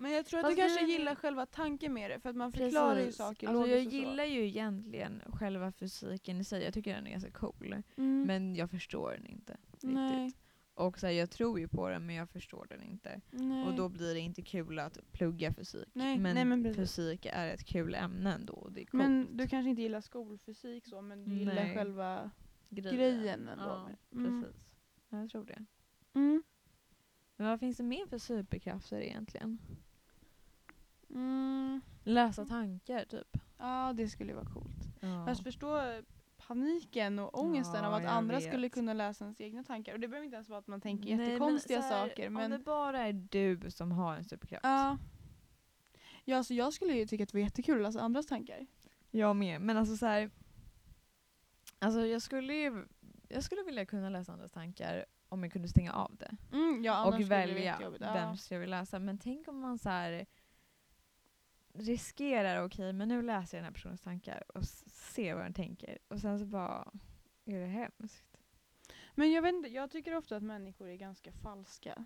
[SPEAKER 2] Men jag tror att
[SPEAKER 1] Fast
[SPEAKER 2] du kanske
[SPEAKER 1] grejen är-
[SPEAKER 2] gillar själva tanken med det för att man förklarar ju saker
[SPEAKER 1] alltså, Jag
[SPEAKER 2] logiskt och så.
[SPEAKER 1] gillar ju egentligen själva fysiken i sig. Jag tycker den är ganska cool.
[SPEAKER 2] Mm.
[SPEAKER 1] Men jag förstår den inte riktigt.
[SPEAKER 2] Nej.
[SPEAKER 1] Och så här, jag tror ju på den men jag förstår den inte.
[SPEAKER 2] Nej.
[SPEAKER 1] Och då blir det inte kul att plugga fysik.
[SPEAKER 2] Nej,
[SPEAKER 1] Men,
[SPEAKER 2] nej, men precis.
[SPEAKER 1] fysik är ett kul ämne ändå. och Det är coolt.
[SPEAKER 2] Men du kanske inte gillar skolfysik så men du gillar
[SPEAKER 1] Nej.
[SPEAKER 2] själva grejen ändå.
[SPEAKER 1] Ja,
[SPEAKER 2] med det. Mm.
[SPEAKER 1] precis. Ja, Jag tror det.
[SPEAKER 2] Mm.
[SPEAKER 1] Men vad finns det mer för superkrafter egentligen?
[SPEAKER 2] Mm.
[SPEAKER 1] Läsa tankar typ.
[SPEAKER 2] Ja det skulle ju vara coolt.
[SPEAKER 1] Ja.
[SPEAKER 2] Fast förstå paniken och ångesten
[SPEAKER 1] Ja,
[SPEAKER 2] av att
[SPEAKER 1] jag
[SPEAKER 2] andra
[SPEAKER 1] vet.
[SPEAKER 2] skulle kunna läsa ens egna tankar. Och det behöver inte ens vara att man tänker
[SPEAKER 1] Nej, men
[SPEAKER 2] jättekonstiga
[SPEAKER 1] så här,
[SPEAKER 2] saker.
[SPEAKER 1] Om
[SPEAKER 2] Men
[SPEAKER 1] det bara är du som har en superkraft.
[SPEAKER 2] Ja. Ja, alltså jag skulle ju tycka att det var jättekul att läsa andras tankar.
[SPEAKER 1] Jag med. Men alltså så här, alltså jag skulle ju jag skulle vilja kunna läsa andras tankar om jag kunde stänga av det.
[SPEAKER 2] ja,
[SPEAKER 1] och välja vem jag vill läsa. Men tänk om man så här riskerar, okej men nu läser jag den här personens tankar och s- ser vad den tänker. Och sen så bara är det hemskt.
[SPEAKER 2] Men jag vet inte, jag tycker ofta att människor är ganska falska.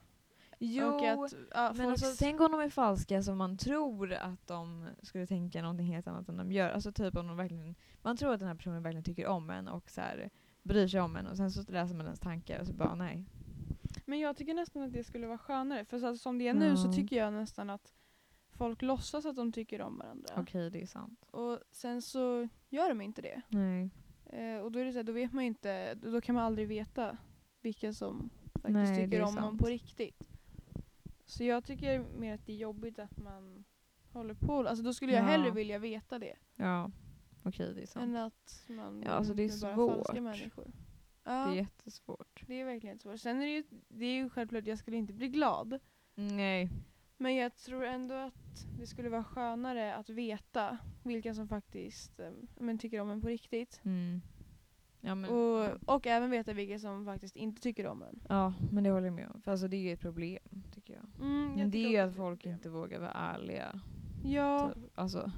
[SPEAKER 1] Jo,
[SPEAKER 2] och att, ja,
[SPEAKER 1] men
[SPEAKER 2] folk
[SPEAKER 1] alltså,
[SPEAKER 2] s-
[SPEAKER 1] tänk om de är falska som man tror att de skulle tänka någonting helt annat än de gör. Alltså typ om de verkligen, man tror att den här personen verkligen tycker om en och så här, bryr sig om en och sen så läser man ens tankar och så bara nej.
[SPEAKER 2] men jag tycker nästan att det skulle vara skönare. För så, alltså, som det är nu så
[SPEAKER 1] Ja.
[SPEAKER 2] tycker jag nästan att folk låtsas att de tycker om varandra.
[SPEAKER 1] Okej, det är sant.
[SPEAKER 2] Och sen så gör de inte det.
[SPEAKER 1] Nej.
[SPEAKER 2] Eh, och då är det så här, då vet man ju inte, då då kan man aldrig veta vilka som faktiskt
[SPEAKER 1] Nej, det
[SPEAKER 2] tycker
[SPEAKER 1] är
[SPEAKER 2] om någon
[SPEAKER 1] sant.
[SPEAKER 2] på riktigt. Så jag tycker mer att det är jobbigt att man håller på. Alltså då skulle jag
[SPEAKER 1] Ja.
[SPEAKER 2] hellre vilja veta det.
[SPEAKER 1] Ja, okej det är sant.
[SPEAKER 2] Än att man
[SPEAKER 1] Ja, alltså det är
[SPEAKER 2] med bara falska
[SPEAKER 1] svårt.
[SPEAKER 2] människor.
[SPEAKER 1] Det
[SPEAKER 2] Ja,
[SPEAKER 1] är
[SPEAKER 2] det är,
[SPEAKER 1] jättesvårt.
[SPEAKER 2] verkligen svårt. Sen är det ju, det är ju självklart, jag skulle inte bli glad.
[SPEAKER 1] Nej.
[SPEAKER 2] Men jag tror ändå att det skulle vara skönare att veta vilka som faktiskt eh, men, tycker om en på riktigt.
[SPEAKER 1] Mm. Ja, men, ja.
[SPEAKER 2] Och, och även veta vilka som faktiskt inte tycker om en.
[SPEAKER 1] ja, men det håller jag med om. För alltså, det är ju ett problem tycker jag.
[SPEAKER 2] Mm,
[SPEAKER 1] Men
[SPEAKER 2] jag
[SPEAKER 1] det
[SPEAKER 2] tycker
[SPEAKER 1] är ju
[SPEAKER 2] också
[SPEAKER 1] att folk
[SPEAKER 2] problem.
[SPEAKER 1] inte vågar vara ärliga.
[SPEAKER 2] Ja,
[SPEAKER 1] Typ. Alltså,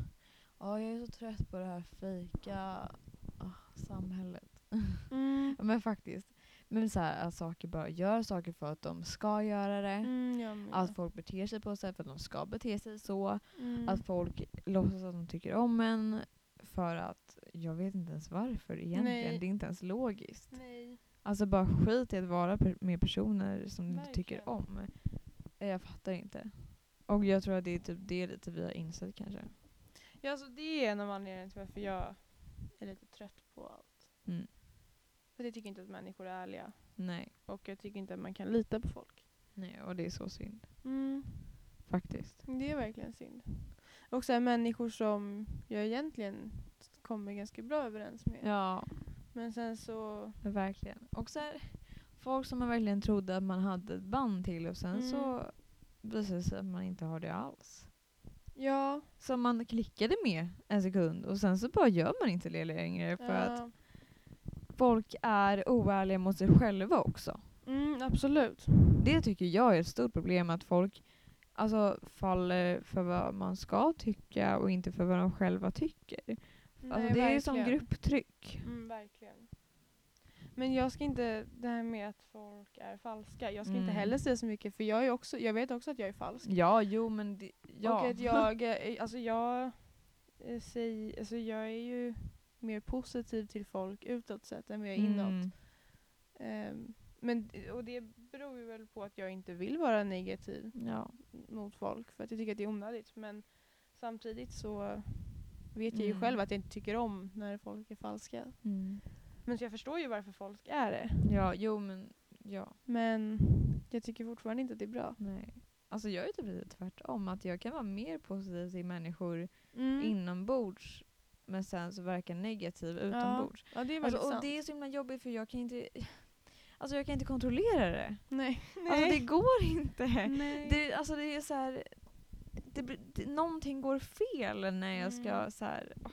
[SPEAKER 1] ja, jag är så trött på det här fejka ah, samhället.
[SPEAKER 2] mm,
[SPEAKER 1] Ja, Men faktiskt. Men så här, att saker bara gör saker för att de ska göra det.
[SPEAKER 2] mm, jag med.
[SPEAKER 1] Att folk beter sig på sätt för att de ska bete sig så.
[SPEAKER 2] mm.
[SPEAKER 1] Att folk låtsas att de tycker om en för att jag vet inte ens varför egentligen.
[SPEAKER 2] Nej.
[SPEAKER 1] Det är inte ens logiskt.
[SPEAKER 2] Nej.
[SPEAKER 1] Alltså bara skit i att vara per- med personer som du inte tycker
[SPEAKER 2] Verkligen.
[SPEAKER 1] om. Eh, Jag fattar inte. Och jag tror att det är typ det lite vi har insett kanske.
[SPEAKER 2] Ja, alltså det är en av anledningarna till varför jag är lite trött på allt.
[SPEAKER 1] Mm.
[SPEAKER 2] För jag tycker inte att människor är ärliga.
[SPEAKER 1] Nej.
[SPEAKER 2] Och jag tycker inte att man kan lita på folk.
[SPEAKER 1] Nej, och det är så synd.
[SPEAKER 2] Mm,
[SPEAKER 1] Faktiskt.
[SPEAKER 2] det är verkligen synd. Och sen människor som jag egentligen kommer ganska bra överens med.
[SPEAKER 1] Ja,
[SPEAKER 2] Men sen så...
[SPEAKER 1] verkligen. Och så här, Folk som man verkligen trodde att man hade ett band till och sen
[SPEAKER 2] Mm.
[SPEAKER 1] så visade det sig att man inte har det alls.
[SPEAKER 2] Ja.
[SPEAKER 1] Som man klickade med en sekund och sen så bara gör man inte det längre för att
[SPEAKER 2] ja.
[SPEAKER 1] folk är oärliga mot sig själva också.
[SPEAKER 2] Mm, absolut.
[SPEAKER 1] Det tycker jag är ett stort problem att folk alltså, faller för vad man ska tycka och inte för vad de själva tycker. Alltså,
[SPEAKER 2] Nej,
[SPEAKER 1] det är ju som
[SPEAKER 2] verkligen.
[SPEAKER 1] grupptryck.
[SPEAKER 2] Mm, verkligen. Men jag ska inte, det här med att folk är falska, jag ska inte
[SPEAKER 1] Mm.
[SPEAKER 2] heller säga så mycket för jag, är också, jag vet också att jag är falsk.
[SPEAKER 1] Ja, jo men det,
[SPEAKER 2] Och
[SPEAKER 1] ja. <laughs>
[SPEAKER 2] att jag, eh, alltså jag, eh, säger, alltså jag är ju mer positiv till folk utåt sett än vad jag är inåt.
[SPEAKER 1] Mm.
[SPEAKER 2] Ehm, men, och det beror ju väl på att jag inte vill vara negativ
[SPEAKER 1] Ja.
[SPEAKER 2] mot folk för att jag tycker att det är onödigt. Men samtidigt så vet jag ju
[SPEAKER 1] Mm.
[SPEAKER 2] själv att jag inte tycker om när folk är falska. Men så jag förstår ju varför folk är det.
[SPEAKER 1] ja, jo men ja.
[SPEAKER 2] Men jag tycker fortfarande inte att det är bra.
[SPEAKER 1] Nej. Alltså jag är typ lite tvärtom, att jag kan vara mer positiv till människor
[SPEAKER 2] Mm.
[SPEAKER 1] inombords men sen så verkar negativ utombords.
[SPEAKER 2] Ja, det är väldigt
[SPEAKER 1] Alltså, och
[SPEAKER 2] sant.
[SPEAKER 1] det är så himla jobbigt för jag kan inte, alltså jag kan inte kontrollera det.
[SPEAKER 2] Nej.
[SPEAKER 1] Alltså det går inte.
[SPEAKER 2] Nej.
[SPEAKER 1] Det, alltså det är så här, det, blir- det, någonting går fel när jag ska
[SPEAKER 2] Mm.
[SPEAKER 1] så här, åh.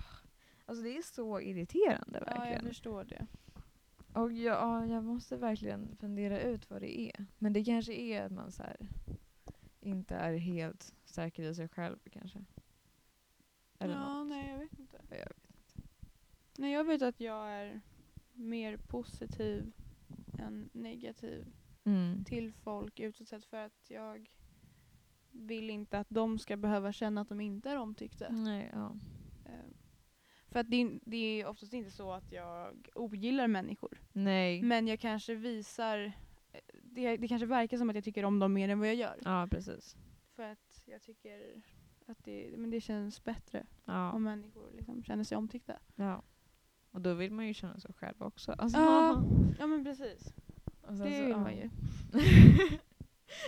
[SPEAKER 1] Alltså det är så irriterande
[SPEAKER 2] ja, jag
[SPEAKER 1] verkligen.
[SPEAKER 2] förstår det.
[SPEAKER 1] och jag, ja, jag måste verkligen fundera ut vad det är. Men det kanske är att man så här, inte är helt säker i sig själv kanske. Eller
[SPEAKER 2] ja,
[SPEAKER 1] något.
[SPEAKER 2] nej jag vet inte.
[SPEAKER 1] Jag vet
[SPEAKER 2] Nej, jag vet att jag är mer positiv än negativ
[SPEAKER 1] Mm.
[SPEAKER 2] till folk utåt sett för att jag vill inte att de ska behöva känna att de inte är omtyckta.
[SPEAKER 1] Nej, ja.
[SPEAKER 2] Eh, För att det, är- det är oftast inte så att jag ogillar människor.
[SPEAKER 1] Nej.
[SPEAKER 2] Men jag kanske visar, eh, det, det kanske verkar som att jag tycker om dem mer än vad jag gör.
[SPEAKER 1] Ja, precis.
[SPEAKER 2] För att jag tycker att det, men det känns bättre
[SPEAKER 1] Ja.
[SPEAKER 2] om människor liksom känner sig omtyckta.
[SPEAKER 1] ja. Och då vill man ju känna sig själv också. <laughs> Alltså,
[SPEAKER 2] Ja, ja men precis.
[SPEAKER 1] Och sen
[SPEAKER 2] Det
[SPEAKER 1] så-
[SPEAKER 2] vill
[SPEAKER 1] Alltså, ja.
[SPEAKER 2] man ju.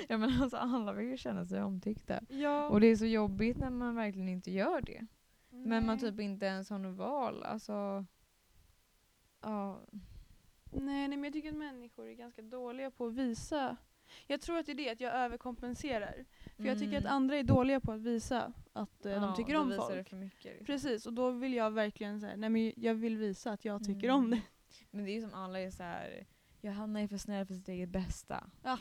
[SPEAKER 1] Ja men alltså alla vill ju känna sig omtyckta.
[SPEAKER 2] Ja.
[SPEAKER 1] Och det är så jobbigt när man verkligen inte gör det. Men man
[SPEAKER 2] Nej.
[SPEAKER 1] typ inte ens har något val. Alltså, ja.
[SPEAKER 2] Nej, nej men jag tycker att människor är ganska dåliga på att visa. Jag tror att det är det, att jag överkompenserar. För jag tycker att
[SPEAKER 1] Mm.
[SPEAKER 2] andra är dåliga på att visa att eh,
[SPEAKER 1] Ja,
[SPEAKER 2] de tycker
[SPEAKER 1] då
[SPEAKER 2] om
[SPEAKER 1] visar Det
[SPEAKER 2] folk.
[SPEAKER 1] för mycket, liksom.
[SPEAKER 2] Precis, och då vill jag verkligen säga, nej men jag vill visa att jag tycker
[SPEAKER 1] Mm.
[SPEAKER 2] om det. <laughs>
[SPEAKER 1] Men det är ju som alla är så här. Johanna är för snäll för sitt eget bästa.
[SPEAKER 2] Ja.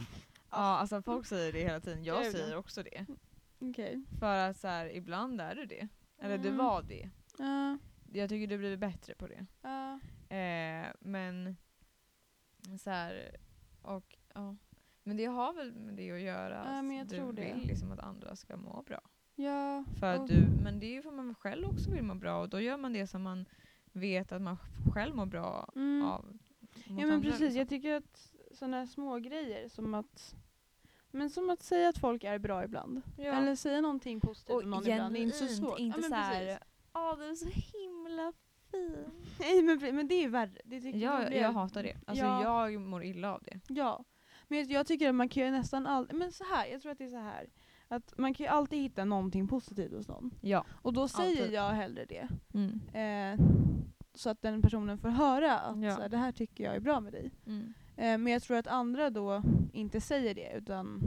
[SPEAKER 1] ja alltså folk säger det hela tiden. Jag
[SPEAKER 2] Ja, ibland.
[SPEAKER 1] säger också det.
[SPEAKER 2] Okej.
[SPEAKER 1] För att så här, ibland är du det. Eller du
[SPEAKER 2] Mm.
[SPEAKER 1] var det.
[SPEAKER 2] Ja,
[SPEAKER 1] Jag tycker du blir bättre på det.
[SPEAKER 2] ja.
[SPEAKER 1] Eh, men så här, och ja. Men det har väl med det att göra.
[SPEAKER 2] Ja,
[SPEAKER 1] att
[SPEAKER 2] men jag
[SPEAKER 1] du
[SPEAKER 2] tror det.
[SPEAKER 1] vill liksom att andra ska må bra.
[SPEAKER 2] ja.
[SPEAKER 1] För att
[SPEAKER 2] och-
[SPEAKER 1] du, men det är ju för att man själv också vill må bra och då gör man det som man vet att man själv mår bra
[SPEAKER 2] Mm.
[SPEAKER 1] av. mot
[SPEAKER 2] Ja men
[SPEAKER 1] andra,
[SPEAKER 2] precis,
[SPEAKER 1] liksom.
[SPEAKER 2] jag tycker att sådana små grejer som att men som att säga att folk är bra ibland.
[SPEAKER 1] Ja.
[SPEAKER 2] Eller säga någonting positivt
[SPEAKER 1] och
[SPEAKER 2] om någon ibland. Det är inte så
[SPEAKER 1] genuint,
[SPEAKER 2] svårt.
[SPEAKER 1] Inte
[SPEAKER 2] ja, men
[SPEAKER 1] så här,
[SPEAKER 2] precis.
[SPEAKER 1] åh du är så himla fin.
[SPEAKER 2] Nej men, pre- men det är värre. Det tycker då
[SPEAKER 1] Ja,
[SPEAKER 2] blir
[SPEAKER 1] jag hatar det. Alltså
[SPEAKER 2] Ja.
[SPEAKER 1] jag mår illa av det.
[SPEAKER 2] Ja. Men jag, jag tycker att man kan ju nästan aldrig, men så här, jag tror att det är så här. Att man kan ju alltid hitta någonting positivt hos någon.
[SPEAKER 1] Ja.
[SPEAKER 2] Och då säger
[SPEAKER 1] Alltid.
[SPEAKER 2] jag hellre det.
[SPEAKER 1] Mm.
[SPEAKER 2] Eh, så att den personen får höra att
[SPEAKER 1] Ja.
[SPEAKER 2] så här, det här tycker jag är bra med dig. Eh, men jag tror att andra då inte säger det utan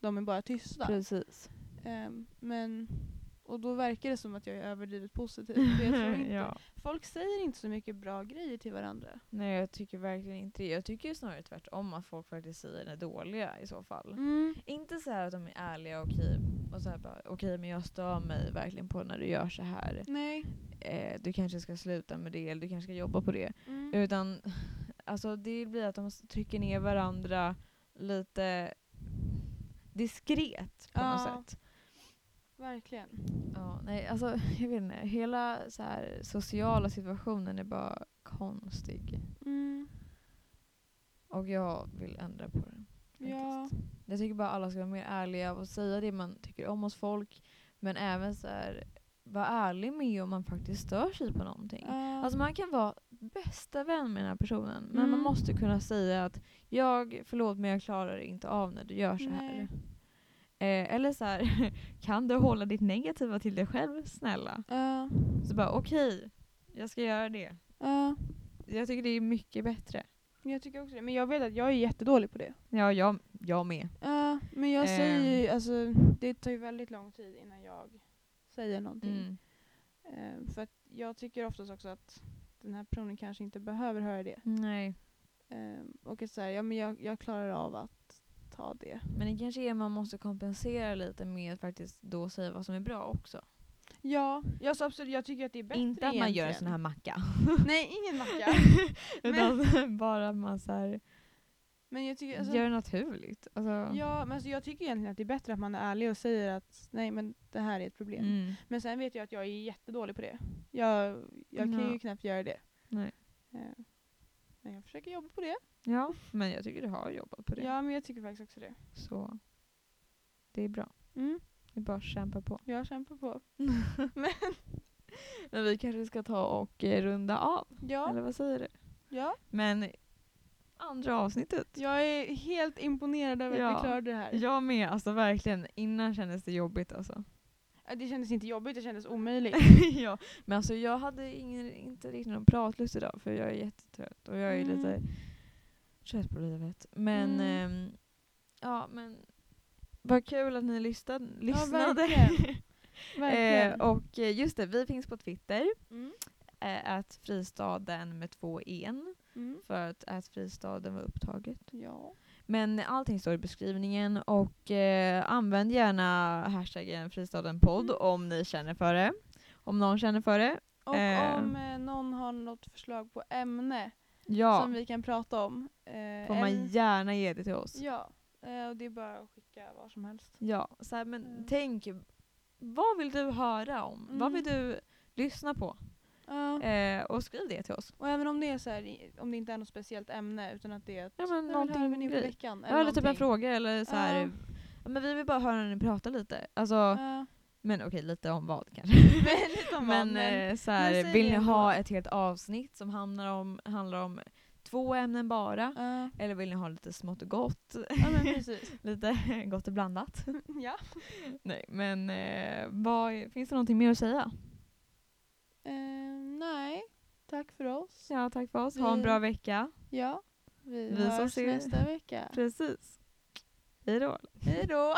[SPEAKER 2] de är bara tysta.
[SPEAKER 1] Precis.
[SPEAKER 2] Ehm, men, och då verkar det som att jag är överdrivet positiv. för
[SPEAKER 1] <laughs>
[SPEAKER 2] jag <laughs> tror inte.
[SPEAKER 1] ja.
[SPEAKER 2] Folk säger inte så mycket bra grejer till varandra.
[SPEAKER 1] Nej jag tycker verkligen inte det. Jag tycker ju snarare tvärtom att folk faktiskt säger är dåliga i så fall.
[SPEAKER 2] Mm.
[SPEAKER 1] Inte så här att de är ärliga och okej, och så här bara, okej men jag stör mig verkligen på när du gör så här.
[SPEAKER 2] Nej.
[SPEAKER 1] Eh, du kanske ska sluta med det eller du kanske ska jobba på det.
[SPEAKER 2] Mm.
[SPEAKER 1] Utan alltså det blir att de s- trycker ner varandra lite diskret på
[SPEAKER 2] Ja.
[SPEAKER 1] något sätt.
[SPEAKER 2] Verkligen.
[SPEAKER 1] Ja, nej, alltså, <laughs> jag vet inte, hela så här, sociala situationen är bara konstig.
[SPEAKER 2] Mm.
[SPEAKER 1] Och jag vill ändra på den.
[SPEAKER 2] Ja.
[SPEAKER 1] faktiskt. Jag tycker bara alla ska vara mer ärliga och säga det man tycker om hos folk. Men även så här, vara ärlig med om man faktiskt stör sig på någonting.
[SPEAKER 2] Ja.
[SPEAKER 1] Alltså man kan vara bästa vän med den här personen men man
[SPEAKER 2] Mm.
[SPEAKER 1] måste kunna säga att jag, förlåt men jag klarar inte av när du gör så här.
[SPEAKER 2] Nej.
[SPEAKER 1] Eh, eller så här, <laughs> kan du hålla ditt negativa till dig själv snälla?
[SPEAKER 2] Ja.
[SPEAKER 1] Så bara okej, jag ska göra det.
[SPEAKER 2] Ja.
[SPEAKER 1] Jag tycker det är mycket bättre.
[SPEAKER 2] Men jag tycker också det. Men jag vet att jag är jättedålig på det.
[SPEAKER 1] Ja, jag, jag med.
[SPEAKER 2] Ja, men jag
[SPEAKER 1] Ehm.
[SPEAKER 2] säger ju, alltså det tar ju väldigt lång tid innan jag säger någonting.
[SPEAKER 1] Mm.
[SPEAKER 2] Ehm, för att jag tycker oftast också att den här personen kanske inte behöver höra det.
[SPEAKER 1] Nej,
[SPEAKER 2] Ehm, och att så här, ja men jag, jag klarar av att ta det.
[SPEAKER 1] men det kanske är man måste kompensera lite med att faktiskt då säga vad som är bra också.
[SPEAKER 2] Ja, jag, så absolut, jag tycker att det är bättre
[SPEAKER 1] Inte att man gör en
[SPEAKER 2] egentligen. <laughs>
[SPEAKER 1] sån här macka.
[SPEAKER 2] Nej, ingen macka.
[SPEAKER 1] <laughs> Utan <laughs> bara att man så här,
[SPEAKER 2] Men jag tycker, alltså,
[SPEAKER 1] gör det naturligt. Alltså,
[SPEAKER 2] ja, men alltså, jag tycker egentligen att det är bättre att man är ärlig och säger att nej men det här är ett problem.
[SPEAKER 1] mm.
[SPEAKER 2] Men sen vet jag att jag är jättedålig på det. Jag, jag kan
[SPEAKER 1] Ja.
[SPEAKER 2] ju knappt göra det.
[SPEAKER 1] Nej.
[SPEAKER 2] Eh, Men jag försöker jobba på det.
[SPEAKER 1] ja, men jag tycker du har jobbat på det.
[SPEAKER 2] Ja, men jag tycker faktiskt också det.
[SPEAKER 1] Så det är bra.
[SPEAKER 2] Mm,
[SPEAKER 1] Det är bara att kämpa på.
[SPEAKER 2] jag kämpar på.
[SPEAKER 1] Men vi kanske ska ta och eh, runda av.
[SPEAKER 2] Ja,
[SPEAKER 1] Eller vad säger du?
[SPEAKER 2] ja.
[SPEAKER 1] Men andra avsnittet.
[SPEAKER 2] Jag är helt imponerad över att
[SPEAKER 1] Ja.
[SPEAKER 2] vi klarade det här.
[SPEAKER 1] Jag med, alltså verkligen. Innan kändes det jobbigt alltså.
[SPEAKER 2] Eh, Det kändes inte jobbigt, det kändes <laughs> omöjligt.
[SPEAKER 1] <laughs> ja. Men alltså jag hade ingen, inte riktigt någon pratlust idag för jag är jättetrött och jag är
[SPEAKER 2] Mm.
[SPEAKER 1] lite trött på livet. Men
[SPEAKER 2] Mm.
[SPEAKER 1] ehm, ja men vad kul att ni lyssnade. lyssnade. <laughs>
[SPEAKER 2] verkligen. <laughs> Verkligen.
[SPEAKER 1] eh, och eh, just det, vi finns på Twitter,
[SPEAKER 2] Mm,
[SPEAKER 1] eh, att fristaden med två en
[SPEAKER 2] mm.
[SPEAKER 1] för att, att fristaden var upptaget.
[SPEAKER 2] Ja.
[SPEAKER 1] Men allting står i beskrivningen och eh, använd gärna hashtaggen fristadenpodd
[SPEAKER 2] Mm.
[SPEAKER 1] om ni känner för det. Om någon känner för det.
[SPEAKER 2] Och
[SPEAKER 1] Eh.
[SPEAKER 2] om eh, någon har något förslag på ämne
[SPEAKER 1] Ja,
[SPEAKER 2] som vi kan prata om. eh,
[SPEAKER 1] får man
[SPEAKER 2] eller-
[SPEAKER 1] gärna ge det till oss.
[SPEAKER 2] Ja, eh, och det är bara att skicka var som helst.
[SPEAKER 1] Ja, så här, men
[SPEAKER 2] Mm.
[SPEAKER 1] tänk, vad vill du höra om? Vad
[SPEAKER 2] Mm.
[SPEAKER 1] vill du lyssna på?
[SPEAKER 2] Ja.
[SPEAKER 1] Eh, och skriv det till oss.
[SPEAKER 2] Och även om det är så här, i- om det inte är något speciellt ämne utan att det är att
[SPEAKER 1] Ja, men
[SPEAKER 2] "Jag vill höra
[SPEAKER 1] någonting
[SPEAKER 2] vad ni på
[SPEAKER 1] grej.
[SPEAKER 2] veckan.
[SPEAKER 1] Ja, eller typ en
[SPEAKER 2] någonting.
[SPEAKER 1] fråga eller så här.
[SPEAKER 2] Ja.
[SPEAKER 1] "Ja, Men vi vill bara höra ni prata lite. Alltså, <laughs>
[SPEAKER 2] Ja. <laughs>
[SPEAKER 1] men okej, lite om vad kanske.
[SPEAKER 2] men lite om
[SPEAKER 1] Men,
[SPEAKER 2] vad, men
[SPEAKER 1] eh, så här,
[SPEAKER 2] säg
[SPEAKER 1] vill ni
[SPEAKER 2] ändå.
[SPEAKER 1] ha ett helt avsnitt som handlar om, handlar om två ämnen bara?
[SPEAKER 2] ja.
[SPEAKER 1] Eller vill ni ha lite smått och gott?
[SPEAKER 2] ja, men precis.
[SPEAKER 1] lite <laughs> gott och blandat?
[SPEAKER 2] <laughs> ja.
[SPEAKER 1] Nej, men eh, vad, är- finns det någonting mer att säga?
[SPEAKER 2] Eh, nej, tack för oss. Ja,
[SPEAKER 1] Ja, tack för oss. Ha en
[SPEAKER 2] Vi-
[SPEAKER 1] bra vecka.
[SPEAKER 2] vi,
[SPEAKER 1] Vi
[SPEAKER 2] hörs
[SPEAKER 1] ses i-
[SPEAKER 2] nästa vecka.
[SPEAKER 1] Precis. Hej då.
[SPEAKER 2] Hej då!